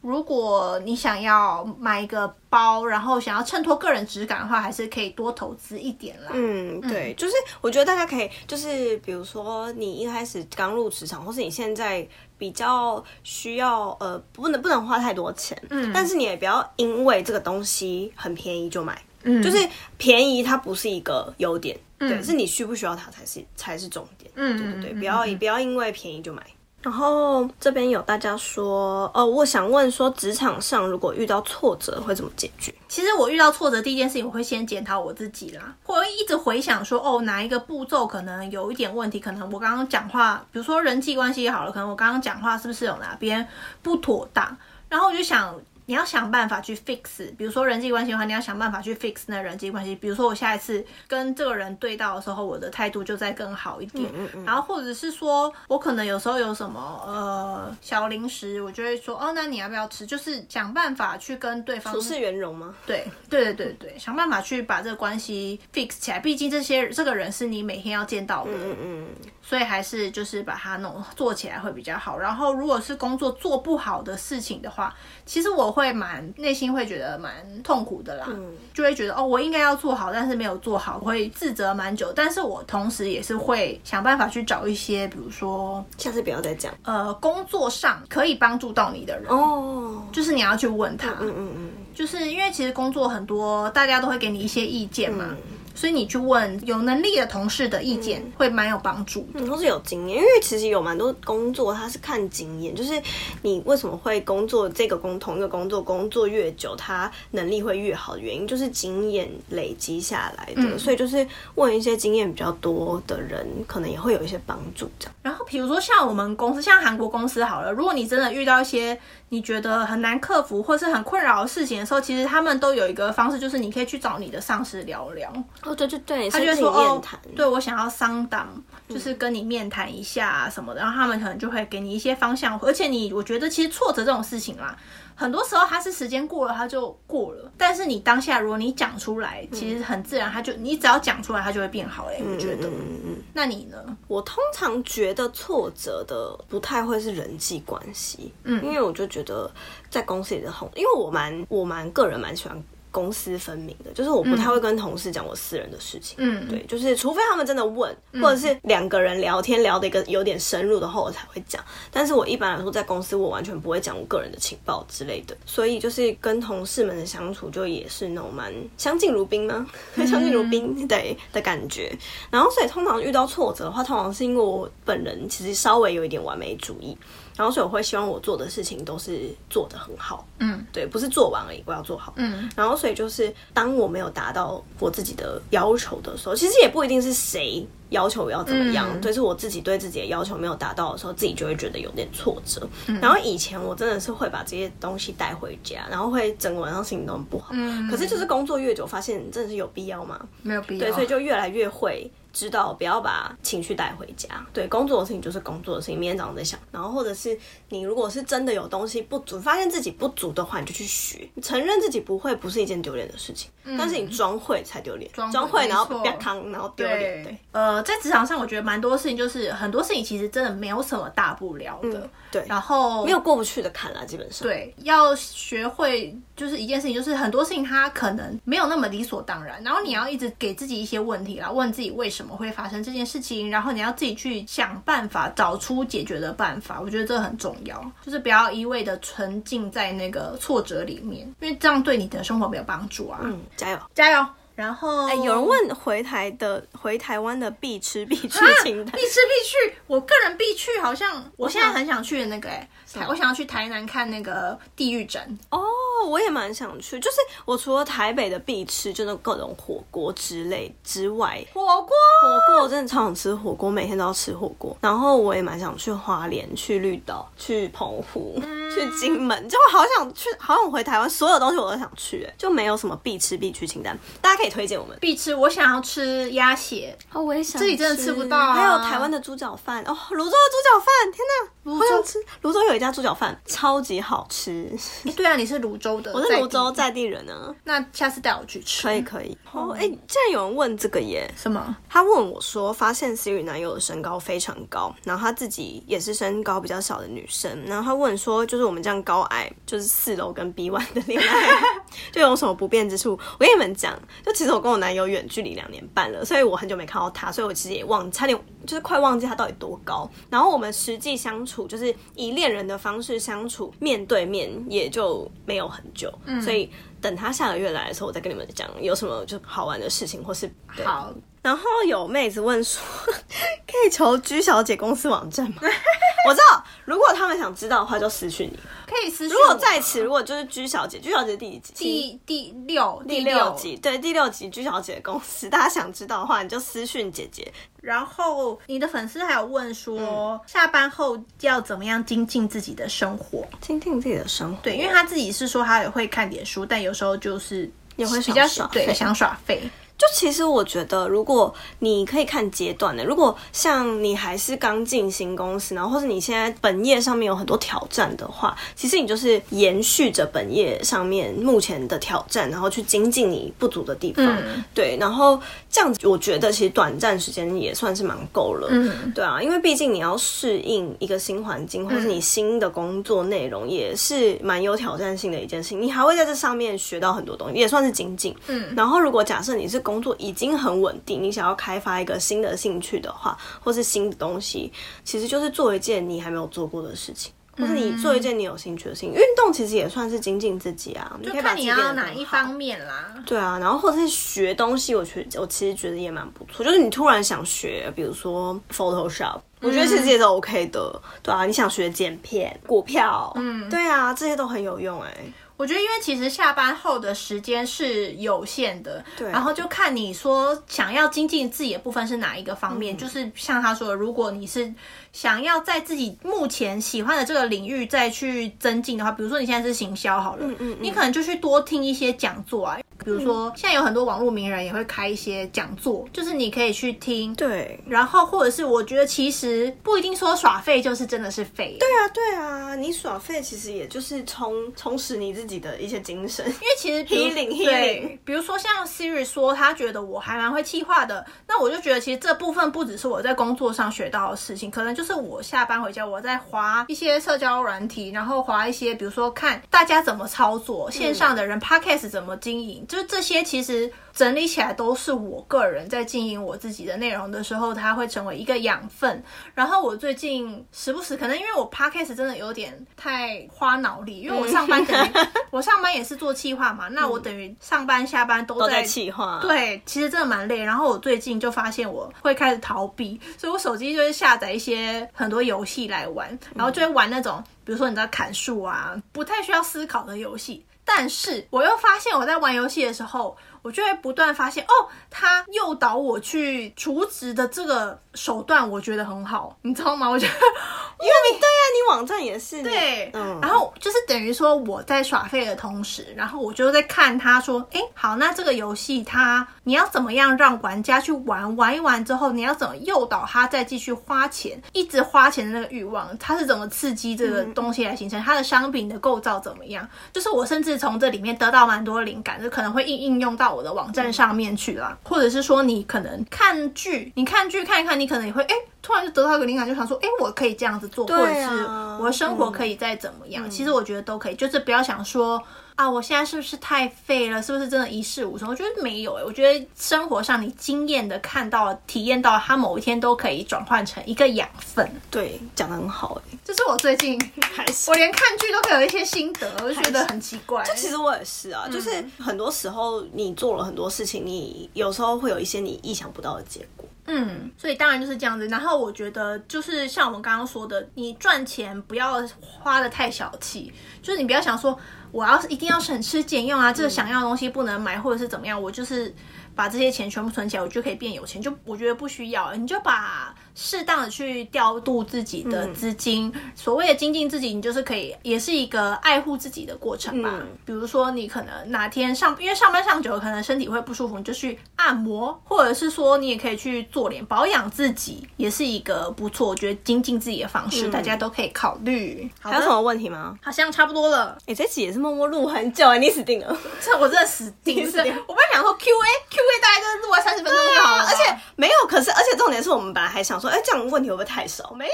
Speaker 2: 如果你想要买一个包，然后想要衬托个人质感的话，还是可以多投资一点啦。
Speaker 1: 嗯，对，就是我觉得大家可以，就是比如说你一开始刚入职场，或是你现在比较需要呃，不能不能花太多钱，嗯，但是你也不要因为这个东西很便宜就买，嗯，就是便宜它不是一个优点，对，是你需不需要它才是才是重点，嗯对对对，不要不要因为便宜就买。然后这边有大家说，哦，我想问说，职场上如果遇到挫折会怎么解决？
Speaker 2: 其实我遇到挫折第一件事情，我会先检讨我自己啦，我会一直回想说，哦，哪一个步骤可能有一点问题，可能我刚刚讲话，比如说人际关系也好了，可能我刚刚讲话是不是有哪边不妥当？然后我就想，你要想办法去 fix，比如说人际关系的话，你要想办法去 fix 那人际关系。比如说我下一次跟这个人对到的时候，我的态度就再更好一点。然后或者是说我可能有时候有什么呃小零食，我就会说，哦，那你要不要吃？就是想办法去跟对方
Speaker 1: 不是圆融吗？
Speaker 2: 对对对对对，想办法去把这个关系 fix 起来。毕竟这些这个人是你每天要见到的，
Speaker 1: 嗯嗯，
Speaker 2: 所以还是就是把它弄做起来会比较好。然后如果是工作做不好的事情的话，其实我会蛮内心会觉得蛮痛苦的啦，
Speaker 1: 嗯
Speaker 2: 就会觉得哦，我应该要做好，但是没有做好，我会自责蛮久。但是我同时也是会想办法去找一些，比如说
Speaker 1: 下次不要再讲。
Speaker 2: 呃工作上可以帮助到你的人，
Speaker 1: 哦，
Speaker 2: 就是你要去问他，
Speaker 1: 嗯嗯
Speaker 2: 就是因为其实工作很多，大家都会给你一些意见嘛，所以你去问有能力的同事的意见，会蛮有帮助的。
Speaker 1: 嗯，都是有经验，因为其实有蛮多工作它是看经验，就是你为什么会工作这个工同一个工作工作越久，它能力会越好的原因就是经验累积下来的，所以就是问一些经验比较多的人，可能也会有一些帮助这样。
Speaker 2: 然后比如说像我们公司，像韩国公司好了，如果你真的遇到一些你觉得很难克服或是很困扰的事情的时候，其实他们都有一个方式，就是你可以去找你的上司聊聊。
Speaker 1: 哦，对对对，他
Speaker 2: 他就会
Speaker 1: 是
Speaker 2: 说
Speaker 1: 面
Speaker 2: 哦
Speaker 1: 谈，，嗯
Speaker 2: 对我想要商档，就是跟你面谈一下、啊、什么的，然后他们可能就会给你一些方向。而且你，我觉得其实挫折这种事情啦，很多时候它是时间过了，它就过了。但是你当下如果你讲出来，
Speaker 1: 嗯
Speaker 2: 其实很自然，它就你只要讲出来，它就会变好嘞、我觉得。
Speaker 1: 嗯
Speaker 2: 那你呢？
Speaker 1: 我通常觉得挫折的不太会是人际关系，嗯，因为我就觉得在公司里的同，因为我蛮我蛮个人蛮喜欢公私分明的，就是我不太会跟同事讲我私人的事情，
Speaker 2: 嗯
Speaker 1: 对，就是除非他们真的问，或者是两个人聊天聊的一个有点深入的话，我才会讲。但是我一般来说在公司，我完全不会讲我个人的情报之类的，所以就是跟同事们的相处，就也是那种蛮相敬如宾吗？ 相敬如宾对的感觉。然后所以通常遇到挫折的话，通常是因为我本人其实稍微有一点完美主义，然后所以我会希望我做的事情都是做得很好，
Speaker 2: 嗯
Speaker 1: 对，不是做完而已，我要做好，
Speaker 2: 嗯
Speaker 1: 然后所以就是当我没有达到我自己的要求的时候，其实也不一定是谁要求我要怎么样，
Speaker 2: 嗯
Speaker 1: 对，是我自己对自己的要求没有达到的时候，自己就会觉得有点挫折。
Speaker 2: 嗯
Speaker 1: 然后以前我真的是会把这些东西带回家，然后会整个晚上心情都很不好。
Speaker 2: 嗯
Speaker 1: 可是就是工作越久，发现真的是有必要吗？啊
Speaker 2: 没有必要。
Speaker 1: 对，所以就越来越会知道不要把情绪带回家。对，工作的事情就是工作的事情，明天早上再想。然后或者是你如果是真的有东西不足，发现自己不足的话，你就去学。你承认自己不会不是一件丢脸的事情，但是你装会才丢脸，
Speaker 2: 装
Speaker 1: 嗯装
Speaker 2: 会
Speaker 1: 会然后
Speaker 2: 没错
Speaker 1: 不要扛，然后丢脸。对，
Speaker 2: 呃，在职场上，我觉得蛮多事情，就是很多事情其实真的没有什么大不了的。
Speaker 1: 嗯对
Speaker 2: 然后
Speaker 1: 没有过不去的坎啦，基本上。
Speaker 2: 对，要学会就是一件事情，就是很多事情它可能没有那么理所当然，然后你要一直给自己一些问题啦，问自己为什么会发生这件事情，然后你要自己去想办法，找出解决的办法。我觉得这很重要，就是不要一味的沉浸在那个挫折里面，因为这样对你的生活没有帮助啊。
Speaker 1: 嗯，加油！
Speaker 2: 加油！然后，
Speaker 1: 哎、有人问回台的回台湾的必吃必去
Speaker 2: 啊
Speaker 1: 清单
Speaker 2: 必，吃必去，我个人必去，好像我现在很想去的那个哎、台我想要去台南看那个地狱展，
Speaker 1: 哦，我也蛮想去，就是我除了台北的必吃，就是各种火锅之类之外，
Speaker 2: 火锅。
Speaker 1: 火锅我真的超想吃火锅，每天都要吃火锅。然后我也蛮想去花莲、去绿岛、去澎湖、去金门，就我好想去，好想回台湾，所有东西我都想去、哎，就没有什么必吃必去清单，大家可以推荐我们。
Speaker 2: 必吃，我想要吃鸭血，
Speaker 1: 哦，我也想
Speaker 2: 这里真的吃不到啊
Speaker 1: 还有台湾的猪脚饭哦，泸州的猪脚饭，天哪，好想吃！泸州有一家猪脚饭超级好吃，
Speaker 2: 诶对啊，你是泸州的，
Speaker 1: 我
Speaker 2: 在
Speaker 1: 是
Speaker 2: 地
Speaker 1: 泸州，在地人啊，
Speaker 2: 那下次带我去吃。
Speaker 1: 可以可以。哦，哎、竟然有人问这个耶，
Speaker 2: 什么？
Speaker 1: 他问我说，发现 Siri 男友的身高非常高，然后她自己也是身高比较小的女生，然后他问说，就是我们这样高矮，就是四楼跟 B one 的恋爱， 就有什么不便之处？我跟你们讲，就其实我跟我男友远距离两年半了，所以我很久没看到他，所以我其实也忘，差点就是快忘记他到底多高。然后我们实际相处，就是以恋人的方式相处，面对面也就没有很久，所以等他下个月来的时候，我再跟你们讲有什么就好玩的事情，或是对
Speaker 2: 好，
Speaker 1: 然后有妹子问说， 可以求居小姐公司网站吗？ 我知道，如果他们想知道的话，就私讯你。
Speaker 2: 可以私信
Speaker 1: 如果
Speaker 2: 我
Speaker 1: 在此，如果就是居小姐，居小姐第几集？
Speaker 2: 第第六
Speaker 1: 第六集，，对，第六集居小姐公司，大家想知道的话，你就私讯姐姐。
Speaker 2: 然后你的粉丝还有问
Speaker 1: 嗯
Speaker 2: 说，下班后要怎么样精进自己的生活？
Speaker 1: 听听自己的生活。
Speaker 2: 对，因为他自己是说他也会看点书，但有时候就是
Speaker 1: 也会
Speaker 2: 比
Speaker 1: 想
Speaker 2: 较
Speaker 1: 耍
Speaker 2: 对
Speaker 1: 废
Speaker 2: 想耍废。
Speaker 1: 就其实我觉得，如果你可以看阶段的，如果像你还是刚进新公司，然后或者你现在本业上面有很多挑战的话，其实你就是延续着本业上面目前的挑战，然后去精进你不足的地方。
Speaker 2: 嗯
Speaker 1: 对，然后这样子，我觉得其实短暂时间也算是蛮够了。
Speaker 2: 嗯，
Speaker 1: 对啊，因为毕竟你要适应一个新环境，或是
Speaker 2: 嗯
Speaker 1: 你新的工作内容，也是蛮有挑战性的一件事情。你还会在这上面学到很多东西，也算是精进。
Speaker 2: 嗯
Speaker 1: 然后如果假设你是工作已经很稳定，你想要开发一个新的兴趣的话，或是新的东西，其实就是做一件你还没有做过的事情。或是你
Speaker 2: 嗯
Speaker 1: 做一件你有兴趣的事情，运动其实也算是精进自己啊。你可
Speaker 2: 就
Speaker 1: 以把
Speaker 2: 看
Speaker 1: 自
Speaker 2: 你
Speaker 1: 己变得
Speaker 2: 要
Speaker 1: 更
Speaker 2: 哪一
Speaker 1: 好啊
Speaker 2: 方面啦。
Speaker 1: 对啊，然后或者是学东西，我觉得我其实觉得也蛮不错。就是你突然想学，比如说 Photoshop，我觉得其实也是 OK 的。对啊，你想学剪片、股票，嗯，对啊，这些都很有用哎、
Speaker 2: 我觉得，因为其实下班后的时间是有限的，
Speaker 1: 对
Speaker 2: 然后就看你说想要精进自己的部分是哪一个方面。就是像他说的，如果你是想要在自己目前喜欢的这个领域再去增进的话，比如说你现在是行销好了，嗯
Speaker 1: 嗯嗯
Speaker 2: 你可能就去多听一些讲座啊。比如说，现在有很多网络名人也会开一些讲座，就是你可以去听。
Speaker 1: 对，
Speaker 2: 然后，或者是我觉得其实不一定说耍废就是真的是废，对
Speaker 1: 对啊，对啊，你耍废其实也就是充充实你自己的一些精神。
Speaker 2: 因为其实比如
Speaker 1: Healing，
Speaker 2: 对
Speaker 1: healing，
Speaker 2: 比如说像 Siri 说，他觉得我还蛮会气话的，那我就觉得其实这部分不只是我在工作上学到的事情，可能就是我下班回家，我在划一些社交软体，然后划一些比如说看大家怎么操作，线上的人 Podcast 怎么经营，就是这些其实整理起来都是我个人在经营我自己的内容的时候，它会成为一个养分。然后我最近时不时可能因为我 Podcast 真的有点太花脑力，因为我上班等于 我上班也是做企划嘛，那我等于上班下班都
Speaker 1: 都
Speaker 2: 在
Speaker 1: 在气话，，
Speaker 2: 对，其实真的蛮累。然后我最近就发现我会开始逃避，所以我手机就会下载一些很多游戏来玩，然后就会玩那种，比如说你知道砍树啊，不太需要思考的游戏。但是我又发现我在玩游戏的时候，我就会不断发现，哦，他诱导我去除职的这个手段，我觉得很好，你知道吗？我觉得
Speaker 1: 因为你对啊，你网站也是，
Speaker 2: 对，
Speaker 1: 嗯
Speaker 2: 然后就是等于说我在耍废的同时，然后我就在看他说，哎，好，那这个游戏它你要怎么样让玩家去玩，玩一玩之后，你要怎么诱导他再继续花钱，一直花钱的那个欲望，他是怎么刺激这个东西来形成，它的商品的构造怎么样？就是我甚至从这里面得到蛮多灵感，就可能会应应用到我的网站上面去啦，嗯或者是说你可能看剧，你看剧看一看，你可能也会哎。诶突然就得到一个灵感，就想说，哎、我可以这样子做，或者
Speaker 1: 对啊
Speaker 2: 是我的生活可以再怎么样。其实我觉得都可以，就是不要想说啊，我现在是不是太废了？是不是真的一事无成？我觉得没有、欸，我觉得生活上你经验的看到了、体验到了，它某一天都可以转换成一个养分。
Speaker 1: 对，讲的很好哎、
Speaker 2: 这是我最近，
Speaker 1: 还是
Speaker 2: 我连看剧都可以有一些心得，我 就觉得很奇怪、
Speaker 1: 就其实我也是啊，就是
Speaker 2: 嗯
Speaker 1: 很多时候你做了很多事情，你有时候会有一些你意想不到的结果。
Speaker 2: 嗯，所以当然就是这样子。然后我觉得就是像我们刚刚说的，你赚钱不要花的太小气，就是你不要想说我要是一定要省吃俭用啊，这个想要的东西不能买或者是怎么样，我就是把这些钱全部存起来，我就可以变有钱。就我觉得不需要，你就把适当的去调度自己的
Speaker 1: 嗯
Speaker 2: 资金，所谓的精进自己，你就是可以，也是一个爱护自己的过程吧。
Speaker 1: 嗯
Speaker 2: 比如说你可能哪天上，因为上班上久了可能身体会不舒服，你就去按摩，或者是说你也可以去做脸保养自己，也是一个不错，我觉得精进自己的方式，
Speaker 1: 嗯
Speaker 2: 大家都可以考虑。好
Speaker 1: 还有什
Speaker 2: 的，
Speaker 1: 么问题吗？
Speaker 2: 好像差不多了。
Speaker 1: 哎、这期也是默默录很久哎、你死定了。
Speaker 2: 这我真的死定 了！我本来想说 Q A Q A 大概就是录完三十分钟就好了吧，
Speaker 1: 啊而且没有，可是而且重点是我们本来还想说，哎、这样问题会不会太少？没有，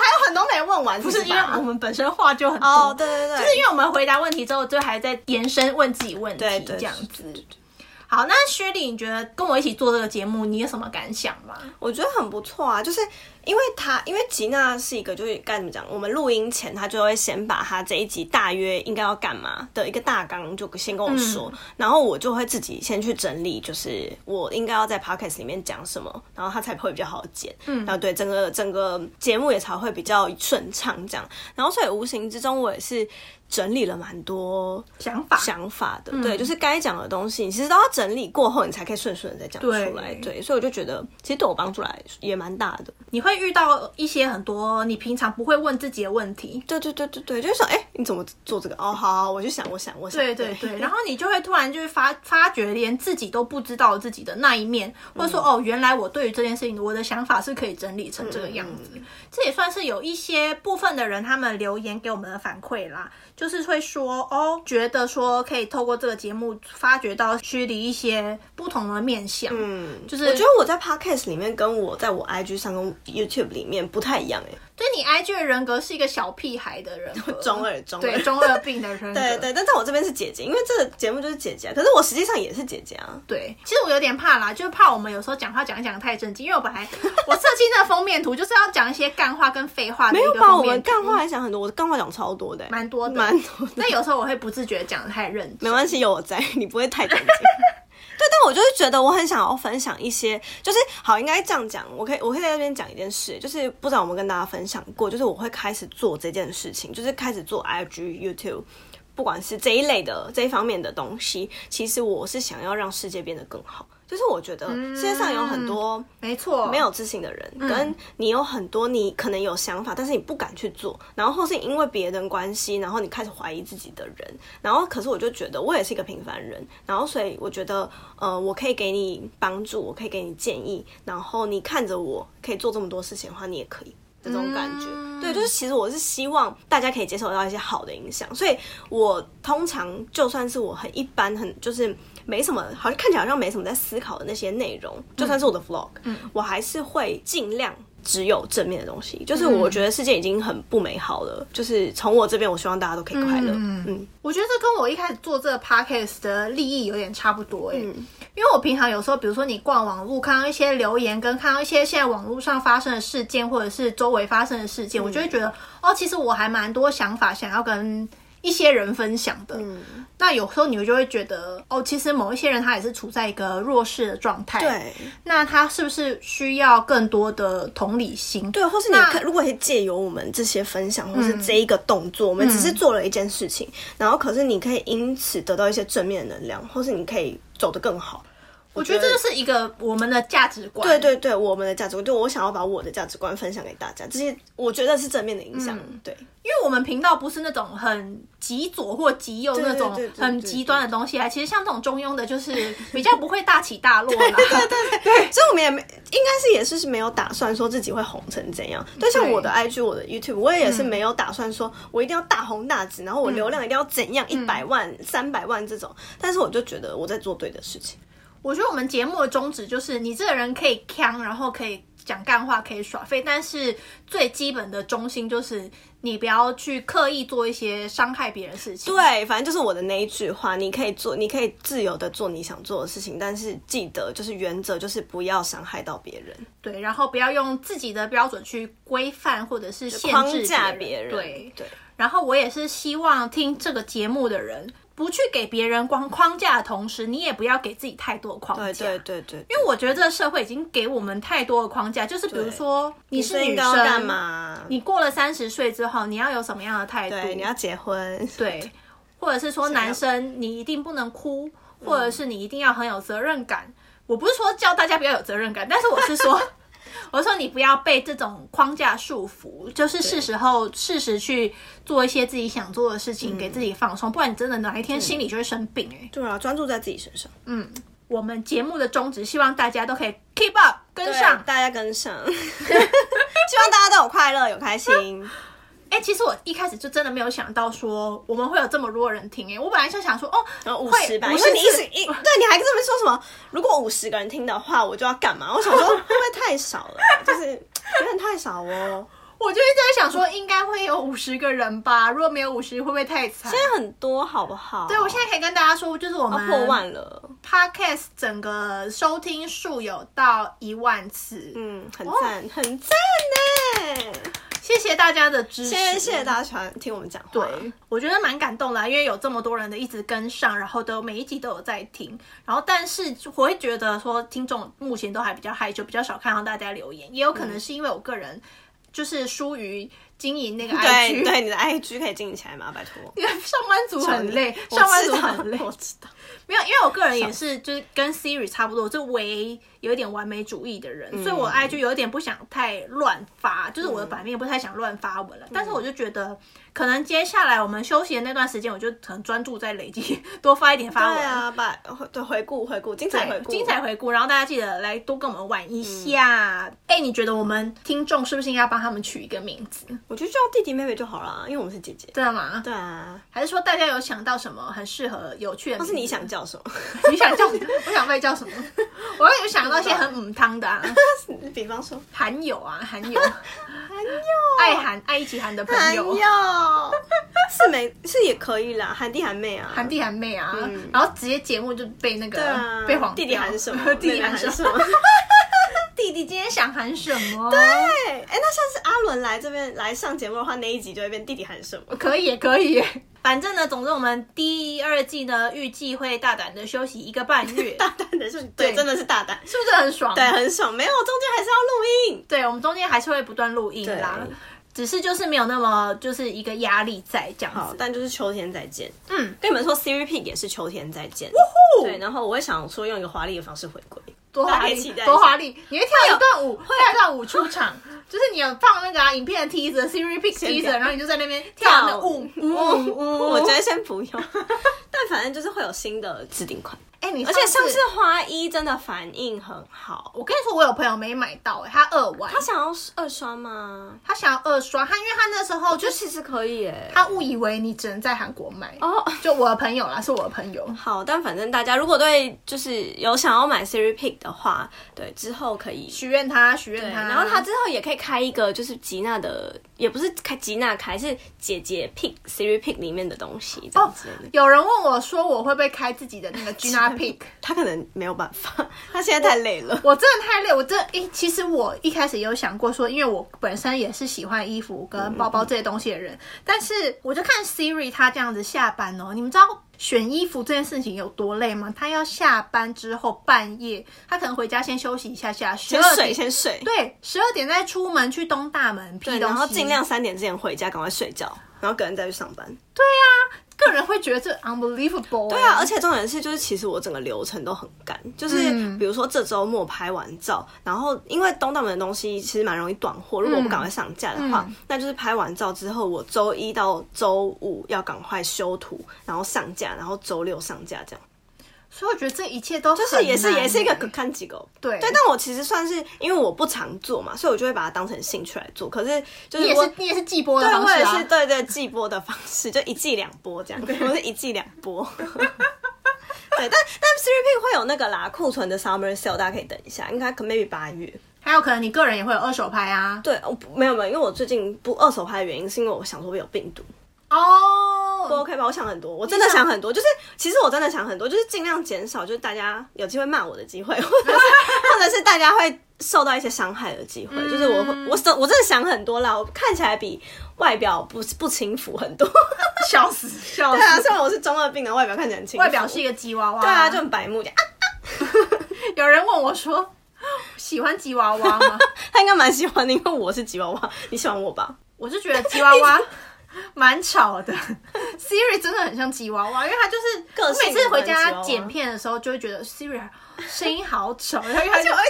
Speaker 1: 还有很多没问完，
Speaker 2: 不
Speaker 1: 不
Speaker 2: 是因为我们本身话就很多，
Speaker 1: 哦，对对对，
Speaker 2: 就是因为我们回答问题之后，就还在延伸问自己问
Speaker 1: 对
Speaker 2: 题
Speaker 1: 对
Speaker 2: 这样子。好，那薛丽，你觉得跟我一起做这个节目，你有什么感想吗？
Speaker 1: 我觉得很不错啊，就是因为他，因为吉娜是一个，就是该怎么讲，我们录音前他就会先把他这一集大约应该要干嘛的一个大纲就先跟我说，然后我就会自己先去整理，就是我应该要在 podcast 里面讲什么，然后他才会比较好剪，嗯，然后对整个整个节目也才会比较顺畅这样，然后所以无形之中我也是整理了蛮多
Speaker 2: 想法？
Speaker 1: 想法嗯的，对，就是该讲的东西，你其实都要整理过后，你才可以顺顺的再讲出来。
Speaker 2: 对
Speaker 1: 对，所以我就觉得，其实对我帮助来也蛮大的。
Speaker 2: 你会遇到一些很多你平常不会问自己的问题。
Speaker 1: 对对对对对，就是说，哎、你怎么做这个？哦，好好，我就想，我想，我想。
Speaker 2: 对对对，然后你就会突然就是发发觉，连自己都不知道自己的那一面，或者说、哦，原来我对于这件事情我的想法是可以整理成这个样子。这也算是有一些部分的人他们留言给我们的反馈啦，就是会说哦，觉得说可以透过这个节目发掘到虚里一些不同的面相。
Speaker 1: 嗯，
Speaker 2: 就是
Speaker 1: 我觉得我在 podcast 里面跟我在我 IG 上跟 YouTube 里面不太一样哎、
Speaker 2: 对你 IG 的人格是一个小屁孩的人格，
Speaker 1: 中二嗯中二
Speaker 2: 对中二病的人格，
Speaker 1: 对对，但在我这边是姐姐，因为这个节目就是姐姐啊，可是我实际上也是姐姐啊。
Speaker 2: 对，其实我有点怕啦，就是怕我们有时候讲话讲一讲太正经，因为我本 来我设计那个封面图就是要讲一些干话跟废话的
Speaker 1: 没
Speaker 2: 一
Speaker 1: 有
Speaker 2: 个
Speaker 1: 吧？
Speaker 2: 封
Speaker 1: 我们
Speaker 2: 面图，
Speaker 1: 干话还讲很多，我的干话讲超多的、欸，
Speaker 2: 蛮多的，
Speaker 1: 蛮多的。
Speaker 2: 但有时候我会不自觉地讲的太认
Speaker 1: 没
Speaker 2: 真，
Speaker 1: 关系，有我在， 你不会太震惊。对，但我就是觉得我很想要分享一些，就是好，应该这样讲，我可以，我可以在这边讲一件事，就是不知道我们跟大家分享过，就是我会开始做这件事情，就是开始做 IG、YouTube，不管是这一类的这一方面的东西，其实我是想要让世界变得更好。就是我觉得世界上有很多
Speaker 2: 没错，
Speaker 1: 没有自信的人，跟你有很多你可能有想法，但是你不敢去做，然后或是因为别人关系，然后你开始怀疑自己的人，然后可是我就觉得我也是一个平凡人，然后所以我觉得呃，我可以给你帮助，我可以给你建议，然后你看着我可以做这么多事情的话，你也可以。的这种感觉，
Speaker 2: 嗯
Speaker 1: 对，就是其实我是希望大家可以接受到一些好的影响，所以我通常就算是我很一般，很就是没什么，好像看起来好像没什么在思考的那些内容，
Speaker 2: 嗯
Speaker 1: 就算是我的 vlog，、我还是会尽量。只有正面的东西，就是
Speaker 2: 嗯
Speaker 1: 我觉得世界已经很不美好了。就是从我这边，我希望大家都可以快乐。
Speaker 2: 嗯
Speaker 1: 嗯，
Speaker 2: 我觉得这跟我一开始做这个 podcast 的利益有点差不多哎、
Speaker 1: 嗯
Speaker 2: 因为我平常有时候，比如说你逛网络，看到一些留言，跟看到一些现在网络上发生的事件，或者是周围发生的事
Speaker 1: 嗯
Speaker 2: 件，我就会觉得哦，其实我还蛮多想法想要跟。一些人分享的，
Speaker 1: 嗯
Speaker 2: 那有时候你就会觉得，哦，其实某一些人他也是处在一个弱势的状态，，
Speaker 1: 对
Speaker 2: 那他是不是需要更多的同理心？
Speaker 1: 对，或是你看，如果可以借由我们这些分享，或是这一个动作，我们只是做了一件事情，然后可是你可以因此得到一些正面的能量，或是你可以走得更好。
Speaker 2: 我觉得这就是一个我们的价值观。
Speaker 1: 对对对，我们的价值观，就我想要把我的价值观分享给大家，这些我觉得是正面的影响。对，
Speaker 2: 因为我们频道不是那种很极左或极右那种
Speaker 1: 对对对对
Speaker 2: 很
Speaker 1: 对
Speaker 2: 极端的东西啊，其实像这种中庸的，就是比较不会大起 大落啦。
Speaker 1: 哎所以我们也没，应该是也是没有打算说自己会红成怎样。但像我的 IG、我的 YouTube，我也是没有打算说我一定要大红大紫，然后我流量一定要怎样，一百万、三百万这种。但是我就觉得我在做对的事情。
Speaker 2: 我觉得我们节目的宗旨就是，你这个人可以呛，然后可以讲干话，可以耍废，但是最基本的中心就是你不要去刻意做一些伤害别人的事情。
Speaker 1: 对，反正就是我的那一句话，你可以做，你可以自由的做你想做的事情，但是记得就是原则就是不要伤害到别人。
Speaker 2: 对，然后不要用自己的标准去规范或者是限
Speaker 1: 框
Speaker 2: 制
Speaker 1: 架别
Speaker 2: 别
Speaker 1: 人，
Speaker 2: 对，
Speaker 1: 对，
Speaker 2: 然后我也是希望听这个节目的人，不去给别人框框架的同时，你也不要给自己太多框架。
Speaker 1: 对对对对，
Speaker 2: 因为我觉得这个社会已经给我们太多的框架，就是比如说你是
Speaker 1: 应
Speaker 2: 女
Speaker 1: 该要
Speaker 2: 生，
Speaker 1: 干嘛？
Speaker 2: 你过了三十岁之后，你要有什么样的态度？
Speaker 1: 对，你要结婚，
Speaker 2: 对，或者是说
Speaker 1: 啊
Speaker 2: 男生你一定不能哭，
Speaker 1: 嗯
Speaker 2: 或者是你一定要很有责任感。我不是说叫大家不要有责任感，但是我是 说，我是说你不要被这种框架束缚，就是是时候适时去做一些自己想做的事
Speaker 1: 嗯
Speaker 2: 情，给自己放松，不然你真的哪一天心里就会生病、欸。
Speaker 1: 对啊，专注在自己身上，
Speaker 2: 我们节目的宗旨，希望大家都可以 keep up 跟
Speaker 1: 对
Speaker 2: 上。
Speaker 1: 大家跟上， 希望大家都有快乐，有开 心。
Speaker 2: 哎、其实我一开始就真的没有想到说我们会有这么多人听、欸，哎，我本来就想说哦，
Speaker 1: 然后五
Speaker 2: 会
Speaker 1: 十吧，
Speaker 2: 50
Speaker 1: 因为你一
Speaker 2: 次
Speaker 1: 直一对，你还这么说什么？如果五十个人听的话，我就要干嘛？我想说会不会太少了？就是有点太少哦。
Speaker 2: 我就一直在想说，应该会有五十个人吧，如果没有五十，会不会太惨？
Speaker 1: 现在很多好不好？
Speaker 2: 对，我现在可以跟大家说，就是我
Speaker 1: 要
Speaker 2: 们
Speaker 1: 啊破万了，
Speaker 2: podcast 整个收听数有到一万次，
Speaker 1: 嗯，很赞，很赞呢。
Speaker 2: 谢谢大家的支持，
Speaker 1: 谢谢。大家喜欢听我们讲话。
Speaker 2: 对，我觉得蛮感动的啊、因为有这么多人的一直跟上，然后都每一集都有在听，然后但是我会觉得说，听众目前都还比较害羞，比较少看到大家留言，也有
Speaker 1: 嗯
Speaker 2: 可能是因为我个人就是疏于经营那个 IG，
Speaker 1: 对对，你的 IG 可以经营起来吗？拜托。
Speaker 2: 因为 上班族很累，
Speaker 1: 我
Speaker 2: 上班
Speaker 1: 知
Speaker 2: 族
Speaker 1: 道
Speaker 2: 很累。
Speaker 1: 我知道。
Speaker 2: 没有，因为我个人也是，就是跟 Siri 差不多，就唯有一点完美主义的人，
Speaker 1: 嗯
Speaker 2: 所以我 IG 有一点不想太乱发，就是我的版面不太想乱发
Speaker 1: 嗯
Speaker 2: 文了。但是我就觉得，可能接下来我们休息的那段时间，我就可能专注在累积， 多发一点发文。
Speaker 1: 对啊，把对回顾回顾，精彩回
Speaker 2: 对，
Speaker 1: 顾，
Speaker 2: 精彩。回顾，然后大家记得来多跟我们玩一下。
Speaker 1: 嗯
Speaker 2: 哎、你觉得我们听众是不是应该帮他们取一个名字？
Speaker 1: 我觉得叫弟弟妹妹就好啦，因为我们是姐姐。
Speaker 2: 真的吗？
Speaker 1: 对啊，
Speaker 2: 还是说大家有想到什么很适合、有趣的名
Speaker 1: 或
Speaker 2: 字？
Speaker 1: 是你想叫什么？
Speaker 2: 你想叫什么？我想被叫什么？ 我有想到一些很母汤的啊，
Speaker 1: 比方说，
Speaker 2: 韩友啊，韩友，爱韩爱一起韩的朋
Speaker 1: 韩
Speaker 2: 友
Speaker 1: 友，是没是也可以啦，韩弟韩妹啊，
Speaker 2: 韩弟韩妹啊，然后直接节目就被那
Speaker 1: 对
Speaker 2: 个
Speaker 1: 啊，
Speaker 2: 被黄
Speaker 1: 弟弟喊什么？
Speaker 2: 弟弟
Speaker 1: 妹妹
Speaker 2: 喊
Speaker 1: 喊
Speaker 2: 什
Speaker 1: 什
Speaker 2: 么
Speaker 1: 么？？
Speaker 2: 弟弟今天想喊什么？对，
Speaker 1: 对，哎，那下次阿伦来这边来上节目的话，那一集就会变弟弟喊什么？
Speaker 2: 可以可以。反正呢，总之我们第二季呢，预计会大胆的休息一个半月，
Speaker 1: 大胆的是，对，
Speaker 2: 对
Speaker 1: 真的是大胆，
Speaker 2: 是不是很爽？
Speaker 1: 对，很爽。没有，中间还是要录音。
Speaker 2: 对，我们中间还是会不断录音啦
Speaker 1: 对，
Speaker 2: 只是就是没有那么就是一个压力在这样
Speaker 1: 好
Speaker 2: 子，。
Speaker 1: 但就是秋天再见。
Speaker 2: 嗯，
Speaker 1: 跟你们说，Siri Pig 也是秋天再见。对，然后我会想说用一个华丽的方式回归。
Speaker 2: 多华
Speaker 1: 大家可以
Speaker 2: 丽
Speaker 1: 期待，一下
Speaker 2: 多华丽！你会跳一段舞，跳一段舞 出场，就是你有放那个、啊、影片的梯子，Siri Pick 梯子，
Speaker 1: 跳
Speaker 2: 然后你就在那边跳那舞嗯舞
Speaker 1: 嗯
Speaker 2: 舞舞。
Speaker 1: 我觉得先不用， 但反正就是会有新的置顶款。
Speaker 2: 哎、你
Speaker 1: 而且上
Speaker 2: 上
Speaker 1: 次花一真的反应很好，
Speaker 2: 我跟你说，我有朋友没买到、哎，他二万
Speaker 1: 他，想要二刷吗？
Speaker 2: 他想要二刷，他因为他那时候
Speaker 1: 就
Speaker 2: 就
Speaker 1: 是其实可以耶。
Speaker 2: 他误以为你只能在韩国买，
Speaker 1: 哦，
Speaker 2: 就我的朋友啦，是我的朋友。
Speaker 1: 好，但反正大家如果对就是有想要买 Siri Pig 的话，对之后可以
Speaker 2: 许愿他，许
Speaker 1: 对，啊
Speaker 2: 愿他，
Speaker 1: 然后他之后也可以开一个，就是吉娜的，也不是开吉娜开，是姐姐 pick Siri pick 里面的东西这样之类的。
Speaker 2: 哦有人问我说我会不会开自己的 那个 Gina Pick，
Speaker 1: 他可能没有办法，他现在太累了。
Speaker 2: 我真的太累，我真的，诶，其实我一开始也有想过说，因为我本身也是喜欢衣服跟包包这些东西的人，但是我就看 Siri 她这样子下班哦，你们知道选衣服这件事情有多累吗？她要下班之后半夜，她可能回家先休息一下下，十
Speaker 1: 先
Speaker 2: 二
Speaker 1: 睡，
Speaker 2: 点
Speaker 1: 先睡。
Speaker 2: 对，十二点再出门去东大门批
Speaker 1: 对，
Speaker 2: 东
Speaker 1: 然
Speaker 2: 西，
Speaker 1: 后尽量三点之前回家，赶快睡觉，然后隔天再去上班。
Speaker 2: 对呀、个人会觉得这 unbelievable 欸、
Speaker 1: 对啊，而且重点是，就是其实我整个流程都很赶，就是
Speaker 2: 嗯
Speaker 1: 比如说这周末拍完照，然后因为东大门的东西其实蛮容易断货，如果不赶快上架的话，
Speaker 2: 嗯
Speaker 1: 那就是拍完照之后，我周一到周五要赶快修图，然后上架，然后周六上架这样。
Speaker 2: 所以我觉得这一切都
Speaker 1: 就是
Speaker 2: 很
Speaker 1: 也是
Speaker 2: 难
Speaker 1: 也是一个
Speaker 2: 欸
Speaker 1: 可看机构，
Speaker 2: 对
Speaker 1: 对，但我其实算是因为我不常做嘛，所以我就会把它当成兴趣来做。可是就
Speaker 2: 你
Speaker 1: 是
Speaker 2: 也
Speaker 1: 我
Speaker 2: 是你也是季播的
Speaker 1: 对
Speaker 2: 方
Speaker 1: 我
Speaker 2: 式
Speaker 1: 也
Speaker 2: 啊
Speaker 1: 是。对对季播的方式，就一季两播这样，我是一季两播。 对，但但 Siri Pink 会有那个啦，库存的 Summer Sale，大家可以等一下，应该可 maybe 八月。
Speaker 2: 还有可能你个人也会有二手拍啊。
Speaker 1: 对，我不没有没有，因为我最近不二手拍的原因是因为我想说会有病毒，不
Speaker 2: 哦，
Speaker 1: OK 吧？我想很多，我真的
Speaker 2: 你想
Speaker 1: 想很多，就是其实我真的想很多，就是尽量减少，就是大家有机会骂我的机会，或 者是或者是大家会受到一些伤害的机会，
Speaker 2: 嗯
Speaker 1: 就是我会我真我真的想很多啦，我看起来比外表不不轻浮很多。
Speaker 2: 笑 死笑
Speaker 1: 对啊，
Speaker 2: 死！
Speaker 1: 虽然我是中二病的，外表看起来很轻浮，
Speaker 2: 外表是一个吉娃娃。
Speaker 1: 对啊，就很白目这样啊，
Speaker 2: 有人问我说，喜欢吉娃娃吗？
Speaker 1: 他应该蛮喜欢的，因为我是吉娃娃，你喜欢我吧？
Speaker 2: 我是觉得吉娃娃蛮吵的，Siri 真的很像吉娃娃，因为它就是
Speaker 1: 个
Speaker 2: 我
Speaker 1: 性
Speaker 2: 每次回
Speaker 1: 很像吉娃
Speaker 2: 家
Speaker 1: 娃
Speaker 2: 剪片的时候，就会觉得 Siri 声音好吵，然后因为它
Speaker 1: 而且
Speaker 2: 就
Speaker 1: 我一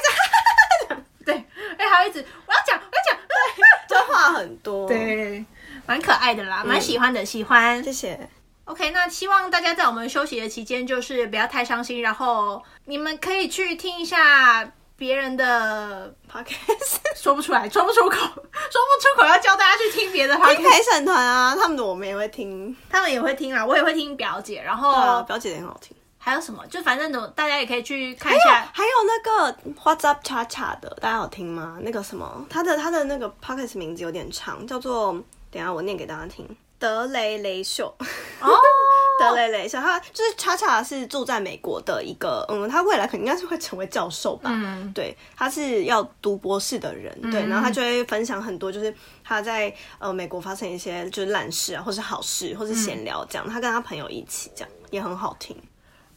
Speaker 1: 直
Speaker 2: 对，哎，还要一直我要讲我要讲，
Speaker 1: 就话很多，，
Speaker 2: 对， 蛮可爱的啦，蛮喜欢的，喜欢。
Speaker 1: 谢谢。
Speaker 2: OK，那希望大家在我们休息的期间，就是不要太伤心，然后你们可以去听一下别人的，
Speaker 1: Podcast
Speaker 2: 说不出来，说不出口， 说不出口，要教大家去 听别的 p o
Speaker 1: 听陪审团啊，他们的我们也会听，
Speaker 2: 他们也会听啊啦，我也会听表姐，然后、
Speaker 1: 啊，表姐的也很好听。
Speaker 2: 还有什么，就反正总大家也可以去看一
Speaker 1: 还有
Speaker 2: 下。
Speaker 1: 还有那个 What's Up Cha Cha 的，大家有听吗？那个什么，他的他的那个 podcast 名字有点长，叫做等一下我念给大家听。德雷雷秀，
Speaker 2: 哦，
Speaker 1: 德雷雷秀，他就是 Cha Cha 是住在美国的一个，嗯，他未来肯定应该是会成为教授吧，
Speaker 2: 嗯
Speaker 1: 对，他是要读博士的人，对，然后他就会分享很多，就是他在呃美国发生一些就是烂事啊，或是好事，
Speaker 2: 嗯
Speaker 1: 或是闲聊这样，他跟他朋友一起这样也很好听，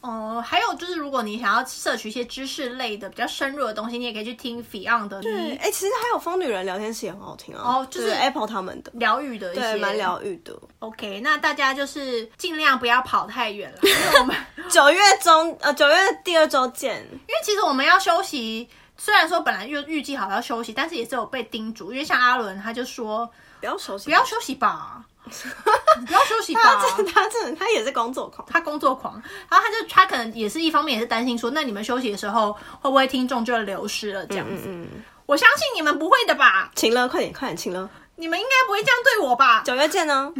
Speaker 2: 哦，还有就是，如果你想要摄取一些知识类的比较深入的东西，你也可以去听 Fion 的
Speaker 1: 对，
Speaker 2: 你
Speaker 1: 哎、其实还有疯女人聊天室也很好听啊，
Speaker 2: 哦就是
Speaker 1: Apple 他们的，
Speaker 2: 疗愈的一些
Speaker 1: 对，蛮疗愈的。
Speaker 2: OK，那大家就是尽量不要跑太远 了，因为我们
Speaker 1: 九月中，呃，九月第二周见。
Speaker 2: 因为其实我们要休息，虽然说本来预预计好要休息，但是也是有被叮嘱，因为像阿伦他就说
Speaker 1: 不要熟悉，
Speaker 2: 不要休息吧， 你不要休息吧
Speaker 1: 他。真的，他真的，他也是工作狂。
Speaker 2: 他工作狂，然后他就他可能也是一方面也是担心说，那你们休息的时候会不会听众就流失了这样子？
Speaker 1: 嗯嗯，
Speaker 2: 我相信你们不会的吧，
Speaker 1: 晴了，快点，快点，晴了。
Speaker 2: 你们应该不会这样对我吧？
Speaker 1: 九月见哦，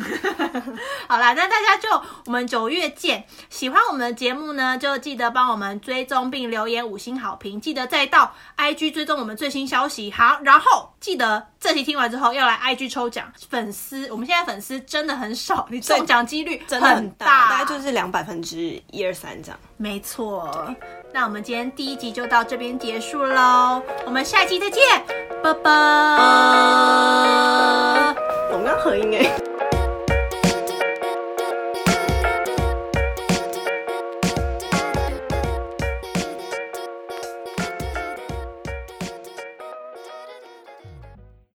Speaker 2: 好啦，那大家就我们九月见。喜欢我们的节目呢，就记得帮我们追踪并留言五星好评，记得再到 IG 追踪我们最新消息。好，然后记得这期听完之后要来 IG 抽奖，粉丝我们现在粉丝真的很少，你中奖几率
Speaker 1: 真的很大，大概就是是两百分之一二三这样。
Speaker 2: 没错。那我们今天第一集就到这边结束喽，我们下一期再见，拜拜。
Speaker 1: 我们要合音哎。